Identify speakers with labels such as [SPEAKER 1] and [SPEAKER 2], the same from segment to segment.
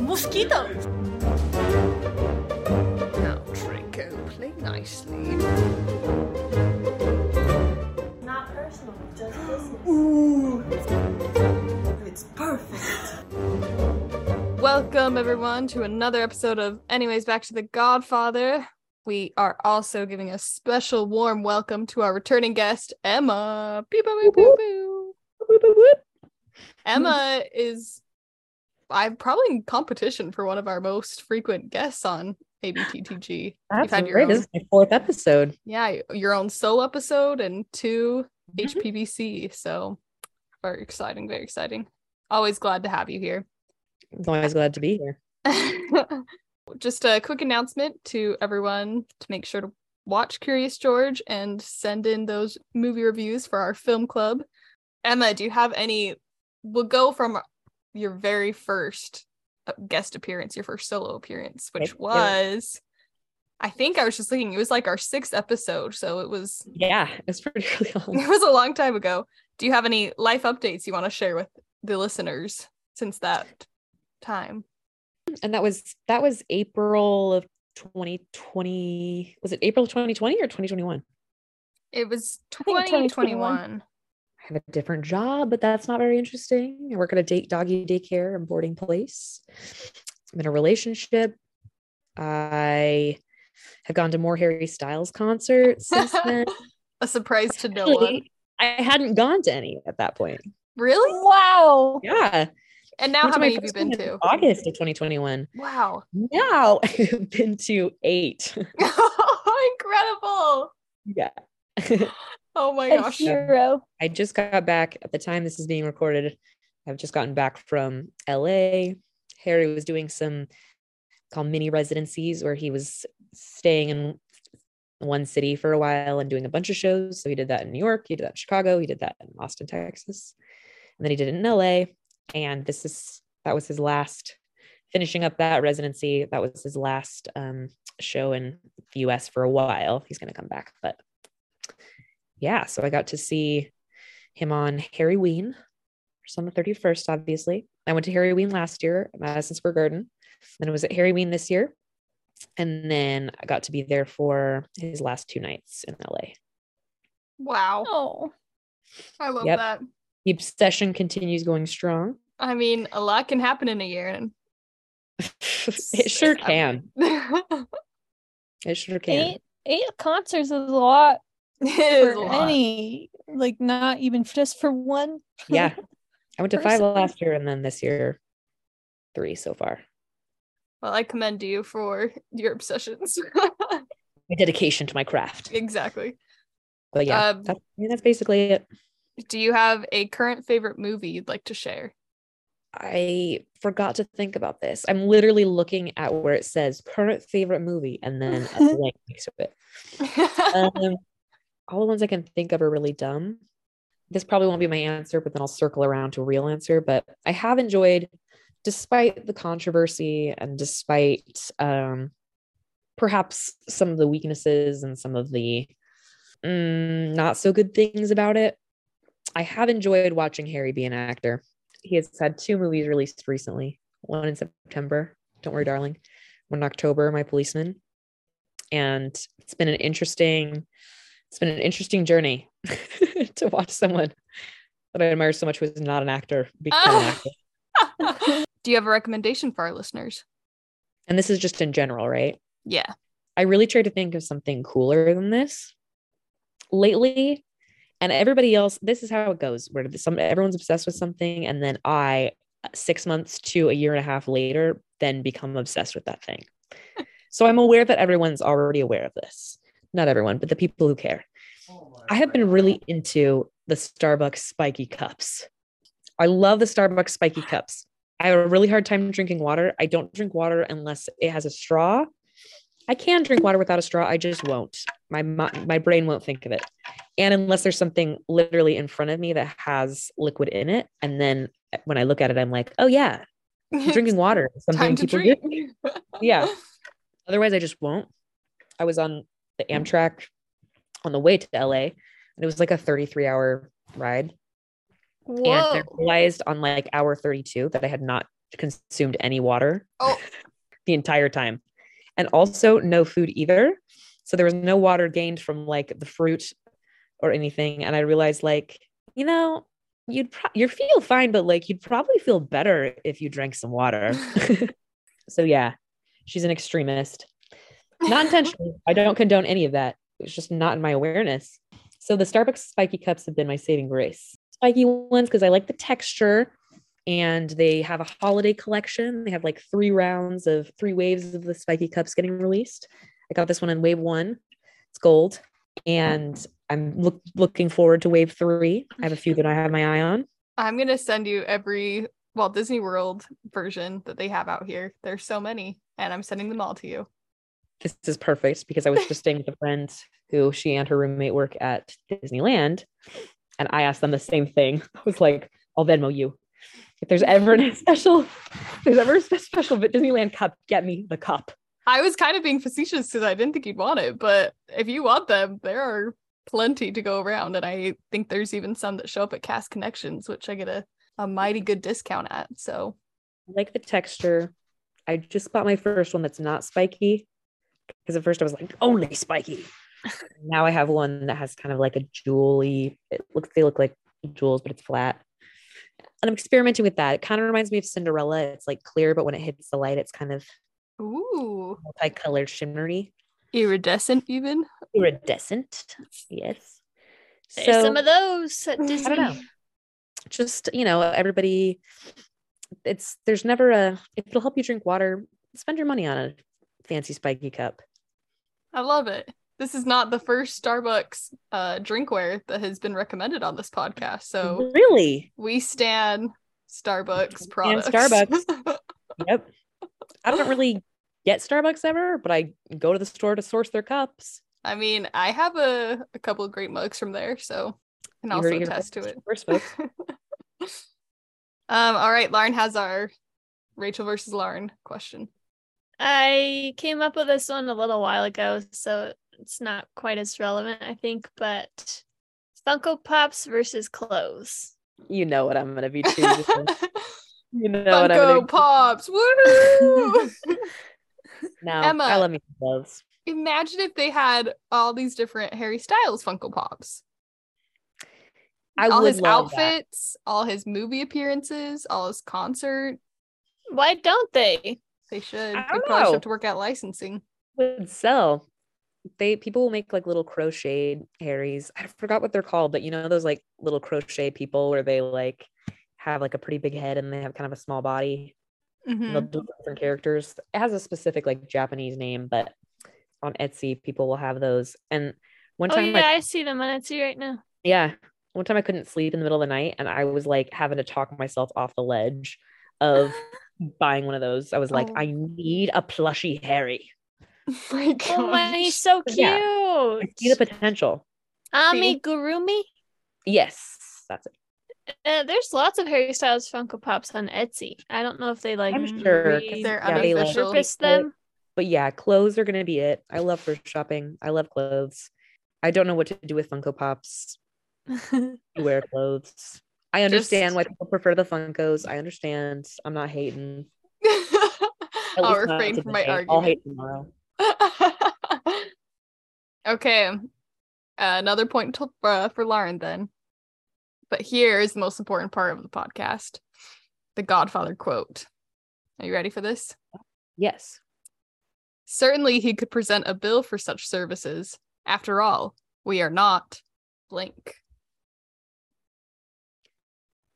[SPEAKER 1] Mosquitoes! Now, Draco, play nicely.
[SPEAKER 2] Not personal, just business.
[SPEAKER 3] Ooh. It's perfect.
[SPEAKER 4] Welcome, everyone, to another episode of Anyways Back to the Godfather. We are also giving a special warm welcome to our returning guest, Emma. Beep, boop, boop, boop, boop. Emma is, I'm probably in competition for one of our most frequent guests on ABTTG. You've
[SPEAKER 5] That's
[SPEAKER 4] had your
[SPEAKER 5] great. This
[SPEAKER 4] own-
[SPEAKER 5] is my fourth episode.
[SPEAKER 4] Yeah, your own solo episode and 2 HPVC. So very exciting, very exciting. Always glad to have you here.
[SPEAKER 5] I'm always glad to be here.
[SPEAKER 4] just a quick announcement to everyone to make sure to watch Curious George and send in those movie reviews for our film club. Emma, do you have any? We'll go from your very first uh, guest appearance, your first solo appearance, which
[SPEAKER 5] Let's do it.
[SPEAKER 4] was, I think I was just thinking, it was like our sixth episode. So it was,
[SPEAKER 5] Yeah, it's pretty early on.
[SPEAKER 4] it was a long time ago. Do you have any life updates you want to share with the listeners since that time?
[SPEAKER 5] And that was that was April of 2020. Was it April of 2020 or 2021?
[SPEAKER 4] It was
[SPEAKER 5] think 2021.
[SPEAKER 4] 2021.
[SPEAKER 5] I have a different job, but that's not very interesting. I work at a date doggy daycare and boarding place. I'm in a relationship. I have gone to more Harry Styles concerts since then.
[SPEAKER 4] A surprise to no one.
[SPEAKER 5] Actually, I hadn't gone to any at that point.
[SPEAKER 4] Really?
[SPEAKER 1] Wow!
[SPEAKER 5] Yeah.
[SPEAKER 4] And now
[SPEAKER 5] Went
[SPEAKER 4] how
[SPEAKER 5] to my
[SPEAKER 4] many have you
[SPEAKER 5] first
[SPEAKER 4] been
[SPEAKER 5] one in
[SPEAKER 4] to?
[SPEAKER 5] August of 2021.
[SPEAKER 4] Wow.
[SPEAKER 5] Now I've been to eight.
[SPEAKER 4] Incredible.
[SPEAKER 5] Yeah.
[SPEAKER 4] Oh my
[SPEAKER 1] A
[SPEAKER 4] gosh.
[SPEAKER 1] hero.
[SPEAKER 5] I just got back at the time this is being recorded. I've just gotten back from LA. Harry was doing some called mini residencies where he was staying in one city for a while and doing a bunch of shows. So he did that in New York, he did that in Chicago, he did that in Austin, Texas. And then he did it in LA. And this is that was his last finishing up that residency. That was his last um, show in the US for a while. He's gonna come back, but yeah, so I got to see him on Harry Ween, which is on the 31st, obviously. I went to Harry Ween last year at Madison Square Garden. Then I was at Harry Ween this year. And then I got to be there for his last two nights in LA.
[SPEAKER 4] Wow.
[SPEAKER 1] Oh.
[SPEAKER 4] I love
[SPEAKER 5] Yep.
[SPEAKER 4] that.
[SPEAKER 5] The obsession continues going strong.
[SPEAKER 4] I mean, a lot can happen in a year. And
[SPEAKER 5] it sure can.
[SPEAKER 4] it
[SPEAKER 5] It sure can.
[SPEAKER 1] Eight, eight concerts is a lot
[SPEAKER 4] is a
[SPEAKER 1] for
[SPEAKER 4] lot.
[SPEAKER 1] any. Like, not even just for one.
[SPEAKER 5] Yeah. I went to five
[SPEAKER 1] Person.
[SPEAKER 5] last year and then this year, three so far.
[SPEAKER 4] Well, I commend you for your obsessions.
[SPEAKER 5] My dedication to my craft.
[SPEAKER 4] exactly.
[SPEAKER 5] But yeah,
[SPEAKER 4] Um,
[SPEAKER 5] that's, I mean, that's basically it.
[SPEAKER 4] Do you have a current favorite movie you'd like to share?
[SPEAKER 5] I forgot to think about this. I'm literally looking at where it says current favorite movie and then a blank next to it. Um, all the ones I can think of are really dumb. This probably won't be my answer, but then I'll circle around to a real answer. But I have enjoyed, despite the controversy and despite um, perhaps some of the weaknesses and some of the mm, not so good things about it, I have enjoyed watching Harry be an actor. He has had two movies released recently one in September, Don't Worry, Darling, one in October, My Policeman. And it's been an interesting it's been an interesting journey to watch someone that I admire so much who is not an actor become an
[SPEAKER 4] Ah.
[SPEAKER 5] actor.
[SPEAKER 4] Do you have a recommendation for our listeners?
[SPEAKER 5] And this is just in general, right?
[SPEAKER 4] Yeah.
[SPEAKER 5] I really try to think of something cooler than this lately. And everybody else, this is how it goes. Where some everyone's obsessed with something, and then I, six months to a year and a half later, then become obsessed with that thing. so I'm aware that everyone's already aware of this. Not everyone, but the people who care. I have been really into the Starbucks spiky cups. I love the Starbucks spiky cups. I have a really hard time drinking water. I don't drink water unless it has a straw. I can drink water without a straw. I just won't. My mi- my brain won't think of it. And unless there's something literally in front of me that has liquid in it, and then eh, when I look at it, I'm like, oh yeah, drinking water. is
[SPEAKER 4] Time
[SPEAKER 5] Something
[SPEAKER 4] to
[SPEAKER 5] people
[SPEAKER 4] drink.
[SPEAKER 5] do. Yeah. Otherwise, I just won't. I was on the Amtrak on the way to LA, and it was like a 33 hour ride.
[SPEAKER 4] Whoa.
[SPEAKER 5] And I realized on like hour 32 that I had not consumed any water
[SPEAKER 4] Oh.
[SPEAKER 5] the entire time. And also no food either. So there was no water gained from like the fruit or anything. And I realized like, you know, you'd pro- you feel fine, but like you'd probably feel better if you drank some water. so yeah, she's an extremist. Not intentionally. I don't condone any of that. It's just not in my awareness. So the Starbucks spiky cups have been my saving grace. Spiky ones because I like the texture and they have a holiday collection. They have like three rounds of three waves of the spiky cups getting released. I got this one in wave one. It's gold. And I'm look, looking forward to wave three. I have a few that I have my eye on.
[SPEAKER 4] I'm gonna send you every Walt Disney World version that they have out here. There's so many, and I'm sending them all to you.
[SPEAKER 5] This is perfect because I was just staying with a friend who she and her roommate work at Disneyland. And I asked them the same thing. I was like, I'll Venmo you. If there's ever a special, if there's ever a spe- special Disneyland cup, get me the cup.
[SPEAKER 4] I was kind of being facetious because I didn't think you'd want it, but if you want them, there are plenty to go around, and I think there's even some that show up at Cast Connections, which I get a a mighty good discount at. So
[SPEAKER 5] I like the texture. I just bought my first one that's not spiky because at first I was like only spiky. now I have one that has kind of like a jewely. It looks they look like jewels, but it's flat. And I'm experimenting with that. It kind of reminds me of Cinderella. It's like clear, but when it hits the light, it's kind of
[SPEAKER 4] ooh,
[SPEAKER 5] multicolored, shimmery,
[SPEAKER 4] iridescent even.
[SPEAKER 5] iridescent. Yes.
[SPEAKER 1] There's some of those at Disney.
[SPEAKER 5] know. just you know everybody it's there's never a if it'll help you drink water spend your money on a fancy spiky cup
[SPEAKER 4] I love it. This is not the first Starbucks uh, drinkware that has been recommended on this podcast,
[SPEAKER 5] Mm-hmm.
[SPEAKER 4] so
[SPEAKER 5] really
[SPEAKER 4] we stand Starbucks
[SPEAKER 5] And
[SPEAKER 4] products.
[SPEAKER 5] Starbucks. yep i don't really get starbucks ever but i go to the store to source their cups
[SPEAKER 4] I mean, I have a, a couple of great mugs from there, so I can
[SPEAKER 5] You heard
[SPEAKER 4] also
[SPEAKER 5] it here
[SPEAKER 4] attest to it.
[SPEAKER 5] first folks
[SPEAKER 4] Um, all right, Lauren has our Rachel versus Lauren question.
[SPEAKER 1] I came up with this one a little while ago, so it's not quite as relevant, I think, but Funko Pops versus clothes.
[SPEAKER 5] you know what i'm gonna be choosing you know what i'm gonna
[SPEAKER 4] Funko Pops, woohoo!
[SPEAKER 5] now
[SPEAKER 4] Emma.
[SPEAKER 5] i love me some gloves
[SPEAKER 4] Imagine if they had all these different Harry Styles Funko Pops.
[SPEAKER 5] i
[SPEAKER 4] all
[SPEAKER 5] would
[SPEAKER 4] his
[SPEAKER 5] love that.
[SPEAKER 4] outfits, all his movie appearances, all his concert.
[SPEAKER 1] Why don't they?
[SPEAKER 4] They should.
[SPEAKER 5] I
[SPEAKER 4] They probably
[SPEAKER 5] don't
[SPEAKER 4] should
[SPEAKER 5] know.
[SPEAKER 4] have to work out licensing.
[SPEAKER 5] would sell. They people will make like little crocheted Harry's. I forgot what they're called, but you know those like little crochet people where they like have like a pretty big head and they have kind of a small body.
[SPEAKER 4] Mm-hmm.
[SPEAKER 5] and They'll do different characters. It has a specific like Japanese name, but on Etsy people will have those. And one
[SPEAKER 1] oh
[SPEAKER 5] time,
[SPEAKER 1] yeah,
[SPEAKER 5] I,
[SPEAKER 1] I see them on Etsy right now.
[SPEAKER 5] yeah, one time I couldn't sleep in the middle of the night, and I was like having to talk myself off the ledge of buying one of those. I was like,
[SPEAKER 4] Oh.
[SPEAKER 5] I need a plushy Harry.
[SPEAKER 4] my
[SPEAKER 1] Oh my,
[SPEAKER 4] gosh.
[SPEAKER 1] he's so cute.
[SPEAKER 5] Yeah. I see the potential.
[SPEAKER 1] Ami Gurumi.
[SPEAKER 5] Yes, that's it.
[SPEAKER 1] Uh, there's lots of Harry Styles Funko Pops on Etsy. I don't know if they like
[SPEAKER 5] I'm
[SPEAKER 4] Mm,
[SPEAKER 5] sure 'cause,
[SPEAKER 1] re-
[SPEAKER 4] they're
[SPEAKER 5] yeah, they, like,
[SPEAKER 4] unofficial.
[SPEAKER 1] repurpose
[SPEAKER 5] take
[SPEAKER 1] them.
[SPEAKER 5] But yeah, clothes are gonna be it. I love thrift shopping. I love clothes. I don't know what to do with Funko Pops. I wear clothes. I understand
[SPEAKER 4] Just-
[SPEAKER 5] why people prefer the Funkos. I understand. I'm not hating. At
[SPEAKER 4] I'll
[SPEAKER 5] least not
[SPEAKER 4] refrain from my
[SPEAKER 5] today.
[SPEAKER 4] argument.
[SPEAKER 5] I'll hate tomorrow.
[SPEAKER 4] okay. Uh, another point to, uh, for Lauren then. But here is the most important part of the podcast the Godfather quote. Are you ready for this?
[SPEAKER 5] Yes.
[SPEAKER 4] Certainly, he could present a bill for such services. After all, we are not blank.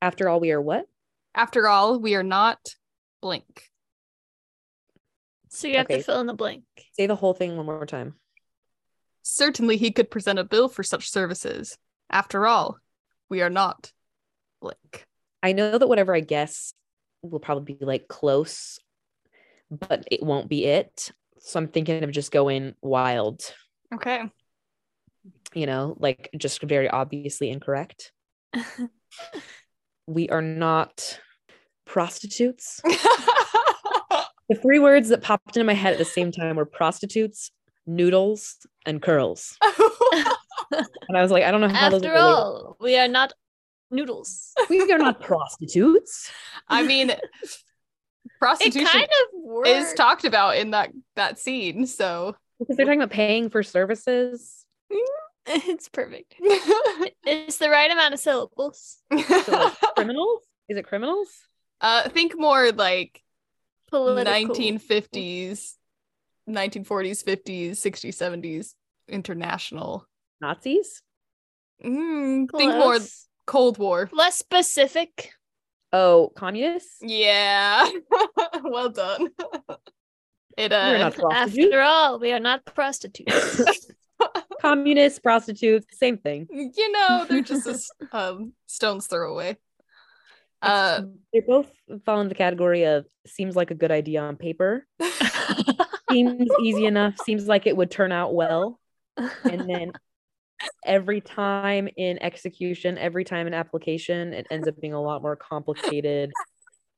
[SPEAKER 5] After all, we are what?
[SPEAKER 4] After all, we are not blank.
[SPEAKER 1] so you have
[SPEAKER 5] Okay.
[SPEAKER 1] to fill in the blank.
[SPEAKER 5] Say the whole thing one more time.
[SPEAKER 4] Certainly, he could present a bill for such services. After all, we are not blank.
[SPEAKER 5] I know that whatever I guess will probably be like close, but it won't be it. So I'm thinking of just going wild.
[SPEAKER 4] Okay.
[SPEAKER 5] you know, like just very obviously incorrect. we are not prostitutes. The three words that popped into my head at the same time were prostitutes, noodles, and curls. And I was like, I don't know how those
[SPEAKER 1] After
[SPEAKER 5] relate.
[SPEAKER 1] all, we are not noodles.
[SPEAKER 5] We are not prostitutes.
[SPEAKER 4] I mean,
[SPEAKER 1] It
[SPEAKER 4] prostitution
[SPEAKER 1] kind of works.
[SPEAKER 4] is talked about in that that scene. So
[SPEAKER 5] Because they're talking about paying for services.
[SPEAKER 1] it's perfect. It's the right amount of syllables.
[SPEAKER 5] So like, criminals? Is it criminals?
[SPEAKER 4] uh, think more like
[SPEAKER 1] Political.
[SPEAKER 4] 1950s, 1940s, 50s, 60s, 70s international.
[SPEAKER 5] Nazis?
[SPEAKER 4] Mm, think more
[SPEAKER 1] Close.
[SPEAKER 4] Cold War.
[SPEAKER 1] less specific.
[SPEAKER 5] Oh, communists?
[SPEAKER 4] Yeah. well done. It
[SPEAKER 5] We're
[SPEAKER 4] uh
[SPEAKER 5] not prostitutes.
[SPEAKER 1] After all, we are not prostitutes.
[SPEAKER 5] communists, prostitutes, same thing.
[SPEAKER 4] you know, they're just a s- um stone's throw away. Uh
[SPEAKER 5] It's- they both fall in the category of seems like a good idea on paper,
[SPEAKER 4] Uh,
[SPEAKER 5] seems easy enough, seems like it would turn out well. And then every time in execution, every time in application, it ends up being a lot more complicated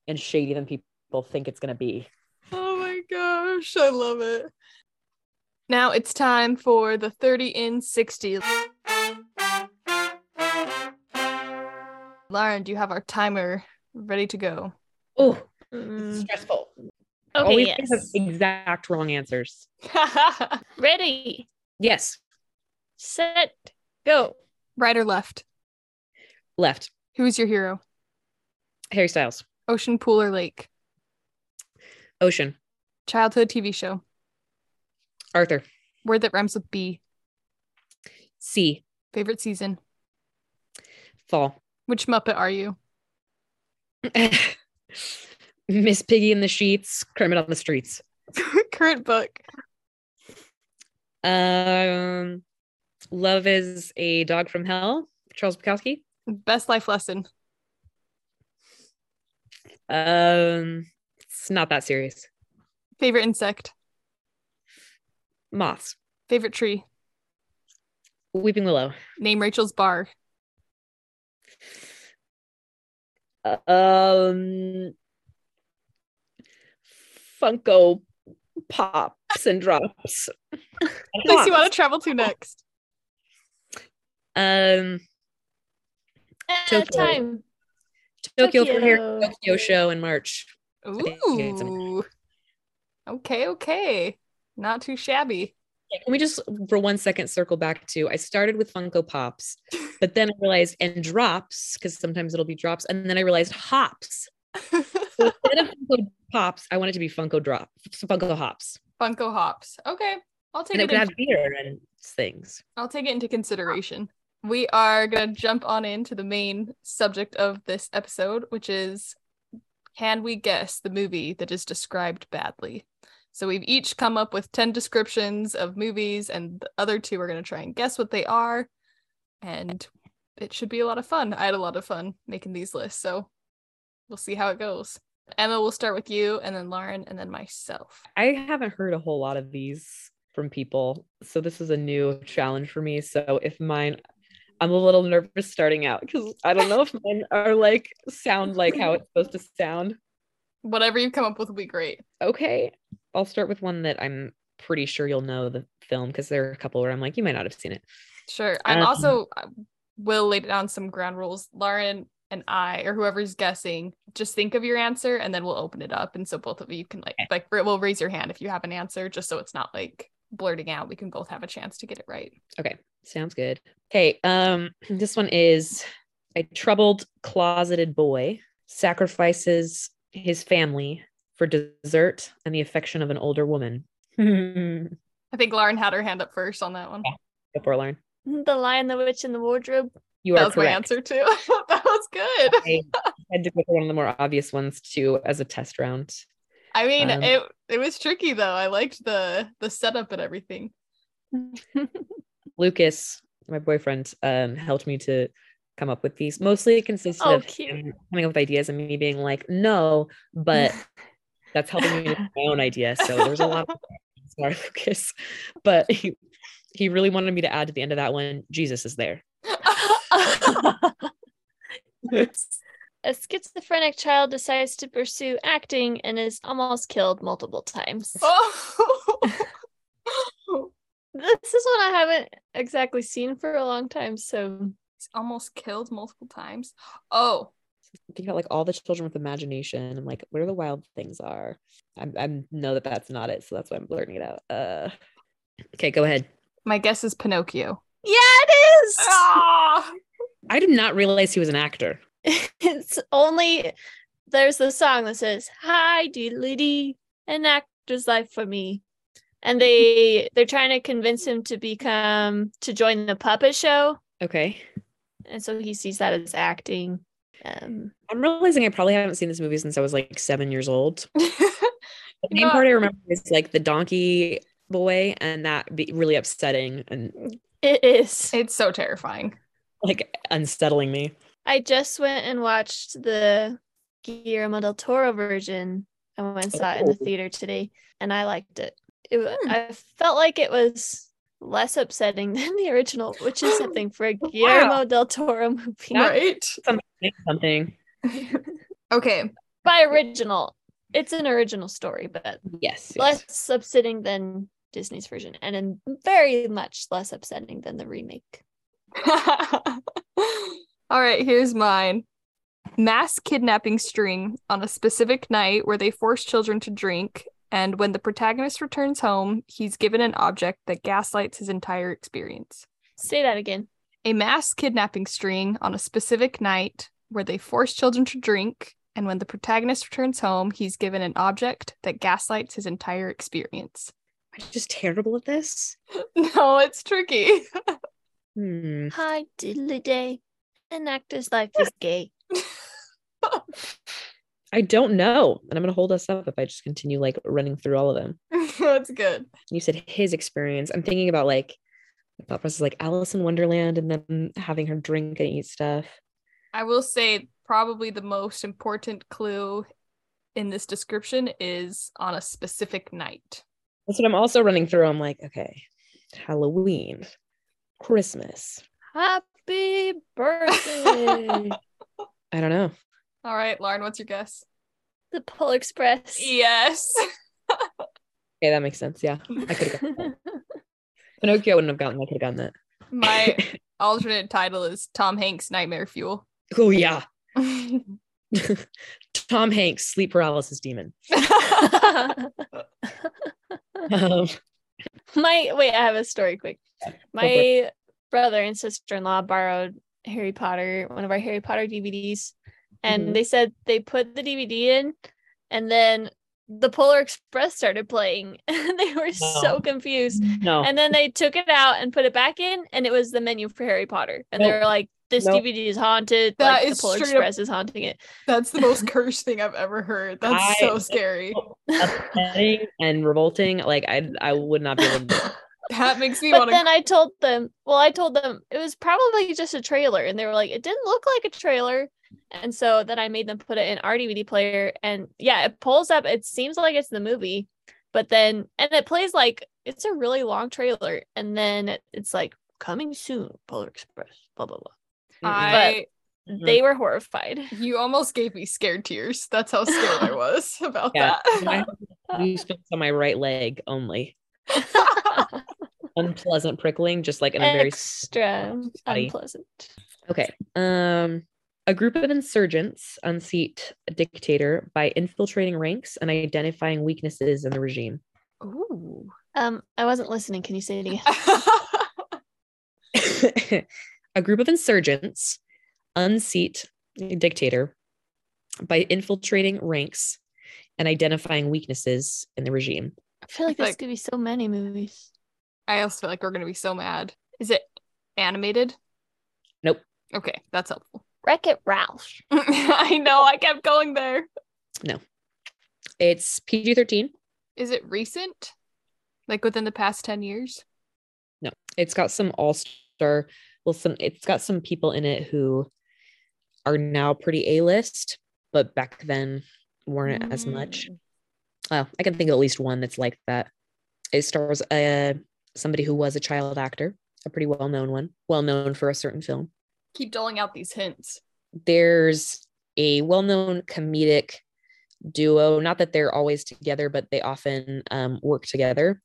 [SPEAKER 5] and shady than people think it's going to be.
[SPEAKER 4] oh my gosh, I love it. Now it's time for the 30 in 60. Lauren, do you have our timer ready to go?
[SPEAKER 5] Oh,
[SPEAKER 1] Mm.
[SPEAKER 5] stressful.
[SPEAKER 1] Okay,
[SPEAKER 5] Always
[SPEAKER 1] yes.
[SPEAKER 5] think of exact wrong answers.
[SPEAKER 1] Ready,
[SPEAKER 5] Yes,
[SPEAKER 1] set, go.
[SPEAKER 4] right or left?
[SPEAKER 5] left.
[SPEAKER 4] Who is your hero?
[SPEAKER 5] Harry Styles,
[SPEAKER 4] Ocean, pool, or lake?
[SPEAKER 5] Ocean,
[SPEAKER 4] Childhood TV show.
[SPEAKER 5] Arthur,
[SPEAKER 4] Word that rhymes with B.
[SPEAKER 5] C,
[SPEAKER 4] Favorite season.
[SPEAKER 5] Fall.
[SPEAKER 4] Which Muppet are you?
[SPEAKER 5] Miss Piggy in the Sheets, Kermit on the Streets.
[SPEAKER 4] Current book.
[SPEAKER 5] Um, Love is a Dog from Hell, Charles Bukowski.
[SPEAKER 4] Best life lesson.
[SPEAKER 5] Um, it's not that serious.
[SPEAKER 4] Favorite insect.
[SPEAKER 5] Moths,
[SPEAKER 4] Favorite tree.
[SPEAKER 5] Weeping Willow.
[SPEAKER 4] Name Rachel's bar.
[SPEAKER 5] Um, Funko Pops and Drops.
[SPEAKER 4] Place you want to travel to next.
[SPEAKER 5] um,
[SPEAKER 1] Ah,
[SPEAKER 5] Tokyo.
[SPEAKER 1] time.
[SPEAKER 5] Tokyo, for Harry
[SPEAKER 1] Tokyo.
[SPEAKER 5] Tokyo show in March. think it's in-
[SPEAKER 4] Ooh. Okay, okay. Not too shabby.
[SPEAKER 5] Yeah, Can we just, for one second, circle back to I started with Funko Pops, but then I realized and drops because sometimes it'll be drops, and then I realized hops. So instead of Funko Pops, I want it to be Funko Drop, Funko Hops,
[SPEAKER 4] Funko hops. Okay. I'll take
[SPEAKER 5] and
[SPEAKER 4] it.
[SPEAKER 5] it could
[SPEAKER 4] in-
[SPEAKER 5] have beer and things.
[SPEAKER 4] I'll take it into consideration. We are going to jump on into the main subject of this episode, which is can we guess the movie that is described badly? So we've each come up with 10 descriptions of movies, and the other two are going to try and guess what they are. And it should be a lot of fun. I had a lot of fun making these lists. So we'll see how it goes. Emma, we'll start with you, and then Lauren, and then myself.
[SPEAKER 5] I haven't heard a whole lot of these from people, so this is a new challenge for me. So if mine, I'm a little nervous starting out because I don't know if mine are like sound like how it's supposed to sound.
[SPEAKER 4] Whatever you come up with will be great.
[SPEAKER 5] okay i'll start with one that i'm pretty sure you'll know the film because there are a couple where i'm like you might not have seen it
[SPEAKER 4] Sure. I'm
[SPEAKER 5] Um,
[SPEAKER 4] also I will lay down some ground rules. Lauren and I, or whoever's guessing, just think of your answer and then we'll open it up. And so both of you can like
[SPEAKER 5] Okay.
[SPEAKER 4] like we'll raise your hand if you have an answer, just so it's not like blurting out. We can both have a chance to get it right.
[SPEAKER 5] okay sounds good okay um this one is a troubled closeted boy sacrifices his family for dessert and the affection of an older woman go
[SPEAKER 4] I think Lauren had her hand up first on that one.
[SPEAKER 5] Yeah, for it, lauren
[SPEAKER 1] The Lion, the Witch, and the Wardrobe.
[SPEAKER 5] you
[SPEAKER 4] That
[SPEAKER 5] are
[SPEAKER 4] was
[SPEAKER 5] correct
[SPEAKER 4] my answer too. that was good.
[SPEAKER 5] i had to go for one of the more obvious ones too as a test round
[SPEAKER 4] I mean,
[SPEAKER 5] Um,
[SPEAKER 4] it it was tricky though. I liked the the setup and everything.
[SPEAKER 5] Lucas, my boyfriend, um, helped me to come up with these. Mostly it consisted
[SPEAKER 1] Oh,
[SPEAKER 5] of
[SPEAKER 1] cute.
[SPEAKER 5] him Mm. coming up with ideas and me being like, no, but that's helping me with my own idea. So there's a lot of sorry, Lucas. But he, he really wanted me to add to the end of that one, Jesus is there.
[SPEAKER 1] A schizophrenic child decides to pursue acting and is almost killed multiple times.
[SPEAKER 4] Oh.
[SPEAKER 1] This is one I haven't exactly seen for a long time, so
[SPEAKER 4] He's almost killed multiple times. Oh,
[SPEAKER 5] think about like all the children with imagination and like where the wild things are. I, I know that that's not it, so that's why I'm blurting it out. Uh, okay, go ahead.
[SPEAKER 4] my guess is Pinocchio.
[SPEAKER 1] Yeah, it is.
[SPEAKER 4] Ah!
[SPEAKER 5] I did not realize he was an actor.
[SPEAKER 1] it's only there's the song that says hi doodly dee an actor's life for me and they they're trying to convince him to become to join the puppet show
[SPEAKER 5] Okay.
[SPEAKER 1] and so he sees that as acting um
[SPEAKER 5] I'm realizing I probably haven't seen this movie since I was like seven years old. The main
[SPEAKER 4] No.
[SPEAKER 5] part I remember is like the donkey boy, and that be really upsetting and
[SPEAKER 1] it is
[SPEAKER 4] it's so terrifying.
[SPEAKER 5] like unsettling me.
[SPEAKER 1] i just went and watched the guillermo del toro version i went and saw it in the
[SPEAKER 5] Oh.
[SPEAKER 1] theater today and i liked it, it wa-
[SPEAKER 4] Hmm.
[SPEAKER 1] i felt like it was less upsetting than the original which is something for a guillermo del toro movie
[SPEAKER 4] Right.
[SPEAKER 5] Something.
[SPEAKER 4] okay.
[SPEAKER 1] by original. It's an original story, but
[SPEAKER 5] Yes. yes.
[SPEAKER 1] less upsetting than Disney's version, and in very much less upsetting than the remake.
[SPEAKER 4] All right, here's mine. Mass kidnapping string on a specific night where they force children to drink, and when the protagonist returns home, he's given an object that gaslights his entire experience.
[SPEAKER 1] Say that again.
[SPEAKER 4] A mass kidnapping string on a specific night where they force children to drink, and when the protagonist returns home, he's given an object that gaslights his entire experience.
[SPEAKER 5] Am I just terrible at this?
[SPEAKER 4] No, it's tricky.
[SPEAKER 5] Hmm.
[SPEAKER 1] Hi, diddly day. An actor's life is gay.
[SPEAKER 5] I don't know. And I'm going to hold us up if I just continue like running through all of them.
[SPEAKER 4] That's good.
[SPEAKER 5] You said his experience. I'm thinking about like the thought process like Alice in Wonderland and then having her drink and eat stuff.
[SPEAKER 4] I will say probably the most important clue in this description is on a specific night.
[SPEAKER 5] That's what I'm also running through. I'm like, okay, Halloween, Christmas.
[SPEAKER 1] Happy birthday.
[SPEAKER 5] I don't know.
[SPEAKER 4] All right, Lauren, what's your guess?
[SPEAKER 1] the Pole Express.
[SPEAKER 4] Yes.
[SPEAKER 5] Okay, that makes sense. Yeah. I could have gotten that. Pinocchio wouldn't have gotten, I could have gotten that.
[SPEAKER 4] My alternate title is Tom Hanks Nightmare Fuel.
[SPEAKER 5] Oh, yeah. Tom Hanks, sleep paralysis demon. Um,
[SPEAKER 1] My wait, I have a story quick.
[SPEAKER 5] for
[SPEAKER 1] My brother and sister in law borrowed Harry Potter, one of our Harry Potter DVDs, and
[SPEAKER 5] Mhm.
[SPEAKER 1] they said they put the DVD in, and then the Polar Express started playing, and they were so
[SPEAKER 5] No.
[SPEAKER 1] confused.
[SPEAKER 5] no.
[SPEAKER 1] And then they took it out and put it back in, and it was the menu for Harry Potter, and they
[SPEAKER 5] Nope.
[SPEAKER 1] were like, "This
[SPEAKER 5] Nope.
[SPEAKER 1] DVD is haunted.
[SPEAKER 4] That
[SPEAKER 1] like
[SPEAKER 4] is
[SPEAKER 1] the Polar
[SPEAKER 4] straight up-
[SPEAKER 1] Express is haunting it."
[SPEAKER 4] That's the most cursed thing I've ever heard. That's
[SPEAKER 5] I-
[SPEAKER 4] so scary.
[SPEAKER 5] upsetting and revolting. Like I, I would not be able to.
[SPEAKER 4] That makes me
[SPEAKER 1] but
[SPEAKER 4] want to.
[SPEAKER 1] then I told them, well, I told them it was probably just a trailer, and they were like, it didn't look like a trailer. And so then I made them put it in our DVD player, and yeah, it pulls up. It seems like it's the movie, but then and it plays like it's a really long trailer, and then it- it's like coming soon, Polar Express, blah blah blah.
[SPEAKER 4] I Mm-hmm.
[SPEAKER 1] They were horrified.
[SPEAKER 4] you almost gave me scared tears. That's how scared I was about
[SPEAKER 5] Yeah.
[SPEAKER 4] that.
[SPEAKER 5] I have goosebumps on my right leg only. Unpleasant prickling, just like in a very
[SPEAKER 1] Extra
[SPEAKER 5] Body.
[SPEAKER 1] unpleasant.
[SPEAKER 5] Okay. Um, a group of insurgents unseat a dictator by infiltrating ranks and identifying weaknesses in the regime.
[SPEAKER 4] Ooh.
[SPEAKER 1] Um, I wasn't listening. Can you say it again?
[SPEAKER 5] a group of insurgents unseat a dictator by infiltrating ranks and identifying weaknesses in the regime.
[SPEAKER 1] I feel like
[SPEAKER 4] It's
[SPEAKER 1] this
[SPEAKER 4] like-
[SPEAKER 1] could be so many movies.
[SPEAKER 4] I also feel like we're gonna be so mad. Is it animated?
[SPEAKER 5] Nope.
[SPEAKER 4] Okay, that's helpful.
[SPEAKER 1] Wreck It Ralph.
[SPEAKER 4] I know I kept going there.
[SPEAKER 5] It's PG 13.
[SPEAKER 4] Is it recent? Like within the past ten years?
[SPEAKER 5] It's got some all star, well, some, it's got some people in it who are now pretty A list, but back then weren't as much. Oh, I can think of at least one that's like that. It stars uh, somebody who was a child actor, a pretty well known one, well known for a certain film.
[SPEAKER 4] Keep doling out these hints.
[SPEAKER 5] there's a well-known comedic duo not that they're always together but they often um, work together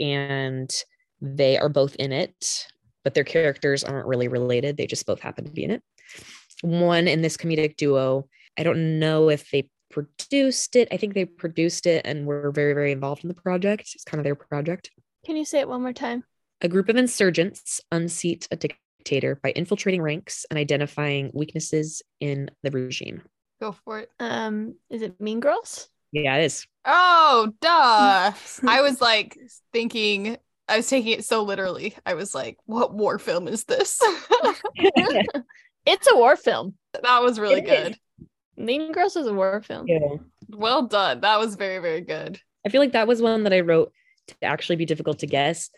[SPEAKER 5] and they are both in it but their characters aren't really related. They just both happen to be in it. One in this comedic duo, I don't know if they produced it. I think they produced it and were very, very involved in the project. It's kind of their project.
[SPEAKER 1] Can you say it one more time?
[SPEAKER 5] A group of insurgents unseat a dictator by infiltrating ranks and identifying weaknesses in the regime.
[SPEAKER 4] Go for it.
[SPEAKER 1] Um, is it Mean Girls?
[SPEAKER 5] Yeah, it is.
[SPEAKER 4] Oh, duh. I was like thinking, I was taking it so literally. I was like, what war film is this?
[SPEAKER 1] it's a war film.
[SPEAKER 4] That was really
[SPEAKER 1] It
[SPEAKER 4] good.
[SPEAKER 1] is. Mean Girls is a war film.
[SPEAKER 5] Yeah.
[SPEAKER 4] Well done. That was very, very good.
[SPEAKER 5] I feel like that was one that I wrote to actually be difficult to guess.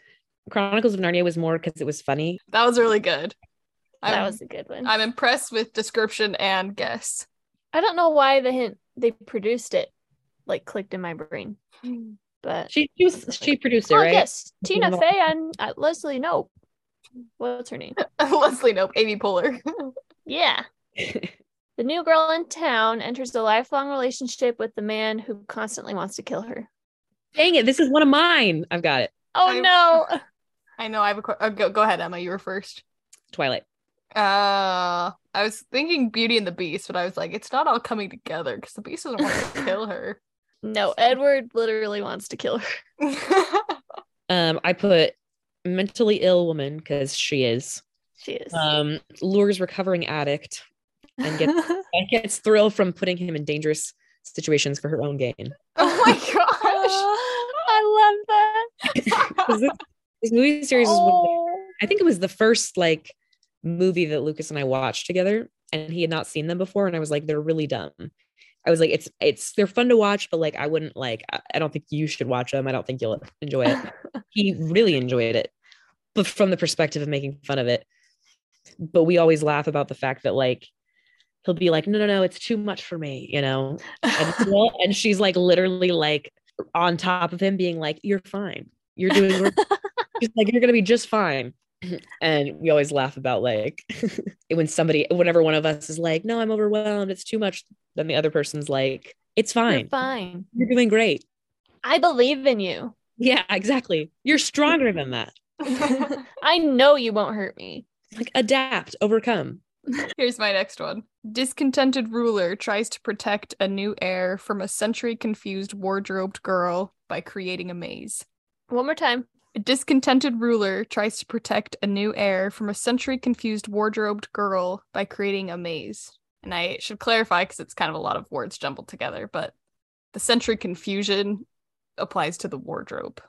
[SPEAKER 5] Chronicles of Narnia was more because it was funny.
[SPEAKER 4] That was really good.
[SPEAKER 1] That
[SPEAKER 4] I'm,
[SPEAKER 1] was a good one. I,
[SPEAKER 4] I'm impressed with description and guess.
[SPEAKER 1] don't know why the hint they produced it like clicked in my brain, but
[SPEAKER 5] She she, was, she produced it,
[SPEAKER 1] oh,
[SPEAKER 5] right?
[SPEAKER 1] yes,
[SPEAKER 5] Something
[SPEAKER 1] Tina
[SPEAKER 5] about-
[SPEAKER 1] Fey and uh, Leslie Nope. What's her name?
[SPEAKER 4] Leslie Nope, Amy Poehler.
[SPEAKER 1] Yeah. The new girl in town enters a lifelong relationship with the man who constantly wants to kill her.
[SPEAKER 5] Dang it! This is one of mine. I've got it.
[SPEAKER 1] Oh
[SPEAKER 4] I-
[SPEAKER 1] no.
[SPEAKER 4] I know I have a qu- uh, go, go ahead, Emma. You were first.
[SPEAKER 5] Twilight.
[SPEAKER 4] Uh, I was thinking Beauty and the Beast, but I was like, it's not all coming together because the Beast doesn't want to kill her.
[SPEAKER 1] No, Edward literally wants to kill her.
[SPEAKER 4] Oh
[SPEAKER 5] Um, I put mentally ill woman because she is.
[SPEAKER 1] She is.
[SPEAKER 5] Um, lures recovering addict and gets and gets thrill from putting him in dangerous situations for her own gain.
[SPEAKER 4] oh my
[SPEAKER 1] Oh, I love that.
[SPEAKER 5] 'Cause This, this movie series is one of the-
[SPEAKER 1] Oh.
[SPEAKER 5] I think it was the first like movie that Lucas and I watched together, and he had not seen them before, and I was like, they're really dumb. I was like, it's it's they're fun to watch, but like I wouldn't like I I don't think you should watch them. I don't think you'll enjoy it. he really enjoyed it, but from the perspective of making fun of it. But we always laugh about the fact that like he'll be like, no, no, no, it's too much for me, you know. And, well, and she's like literally like on top of him, being like, you're fine, you're doing. great." She's like, you're gonna be just fine. And we always laugh about like when somebody, whenever one of us is like, no, I'm overwhelmed, it's too much, then the other person's like, it's
[SPEAKER 1] You're
[SPEAKER 5] fine,
[SPEAKER 1] fine.
[SPEAKER 5] you're doing great.
[SPEAKER 1] I believe in you.
[SPEAKER 5] Yeah, exactly. You're stronger than that.
[SPEAKER 4] gosh.
[SPEAKER 1] I know you won't hurt me.
[SPEAKER 5] Like, adapt, overcome.
[SPEAKER 4] Here's my next one. Discontented ruler tries to protect a new heir from a century confused wardrobed girl by creating a maze.
[SPEAKER 1] One more time.
[SPEAKER 4] A discontented ruler tries to protect a new heir from a century confused wardrobed girl by creating a maze. And I should clarify because it's kind of a lot of words jumbled together, but the century confusion applies to the wardrobe.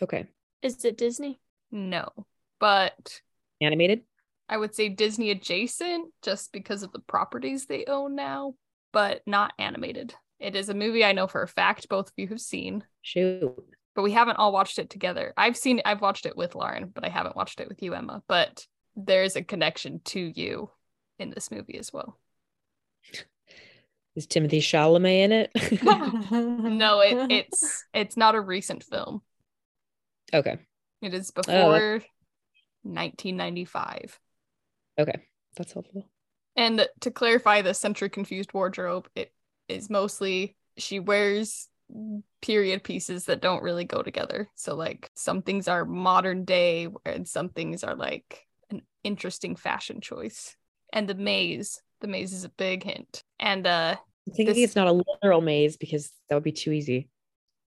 [SPEAKER 5] Okay,
[SPEAKER 1] Is it Disney?
[SPEAKER 4] No, but
[SPEAKER 5] animated.
[SPEAKER 4] I would say Disney adjacent just because of the properties they own now, but not animated. It is a movie I know for a fact both of you have seen,
[SPEAKER 5] Shoot,
[SPEAKER 4] but we haven't all watched it together. I've seen I've watched it with Lauren, but I haven't watched it with you, Emma. But there's a connection to you in this movie as well.
[SPEAKER 5] is Timothy Chalamet in it?
[SPEAKER 4] No, it it's it's not a recent film.
[SPEAKER 5] okay,
[SPEAKER 4] It is before 1995.
[SPEAKER 5] that's helpful.
[SPEAKER 4] And to clarify the century confused wardrobe, it is mostly she wears period pieces that don't really go together. So like some things are modern day and some things are like an interesting fashion choice. And the maze, the maze is a big hint. And uh
[SPEAKER 5] I'm thinking
[SPEAKER 4] This-
[SPEAKER 5] it's not a literal maze because that would be too easy.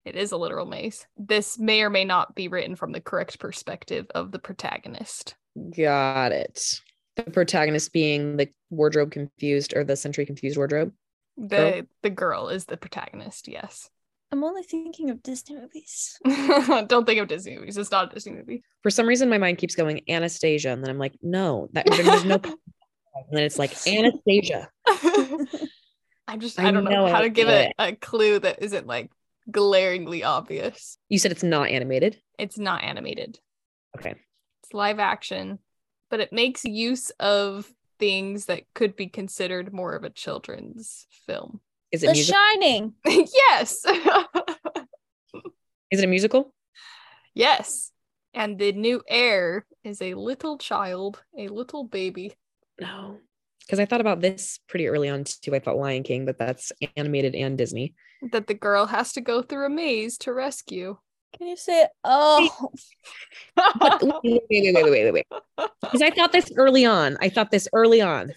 [SPEAKER 4] it is a literal maze. This may or may not be written from the correct perspective of the protagonist.
[SPEAKER 5] Got it. The protagonist being the wardrobe confused or the century confused wardrobe.
[SPEAKER 4] The the girl is the protagonist, yes.
[SPEAKER 1] I'm only thinking of Disney movies.
[SPEAKER 4] don't think of Disney movies. It's not a Disney movie.
[SPEAKER 5] For some reason, my mind keeps going Anastasia, and then I'm like, no, that there's no. and then it's like Anastasia.
[SPEAKER 4] I'm just
[SPEAKER 5] I
[SPEAKER 4] I don't know,
[SPEAKER 5] know
[SPEAKER 4] how
[SPEAKER 5] I
[SPEAKER 4] to give
[SPEAKER 5] did
[SPEAKER 4] it a clue that isn't like glaringly obvious.
[SPEAKER 5] You said it's not animated.
[SPEAKER 4] It's not animated.
[SPEAKER 5] Okay.
[SPEAKER 4] It's live action, but it makes use of things that could be considered more of a children's film.
[SPEAKER 5] Is it
[SPEAKER 1] The
[SPEAKER 5] music?
[SPEAKER 1] Shining.
[SPEAKER 4] yes.
[SPEAKER 5] Is it a musical?
[SPEAKER 4] yes. And the new heir is a little child, a little baby.
[SPEAKER 5] No. Because I thought about this pretty early on too. I thought Lion King, but that's animated and Disney.
[SPEAKER 4] that the girl has to go through a maze to rescue.
[SPEAKER 1] Can you say oh
[SPEAKER 5] But wait, wait, wait, wait, wait, wait, wait. Because I thought this early on. I thought this early on.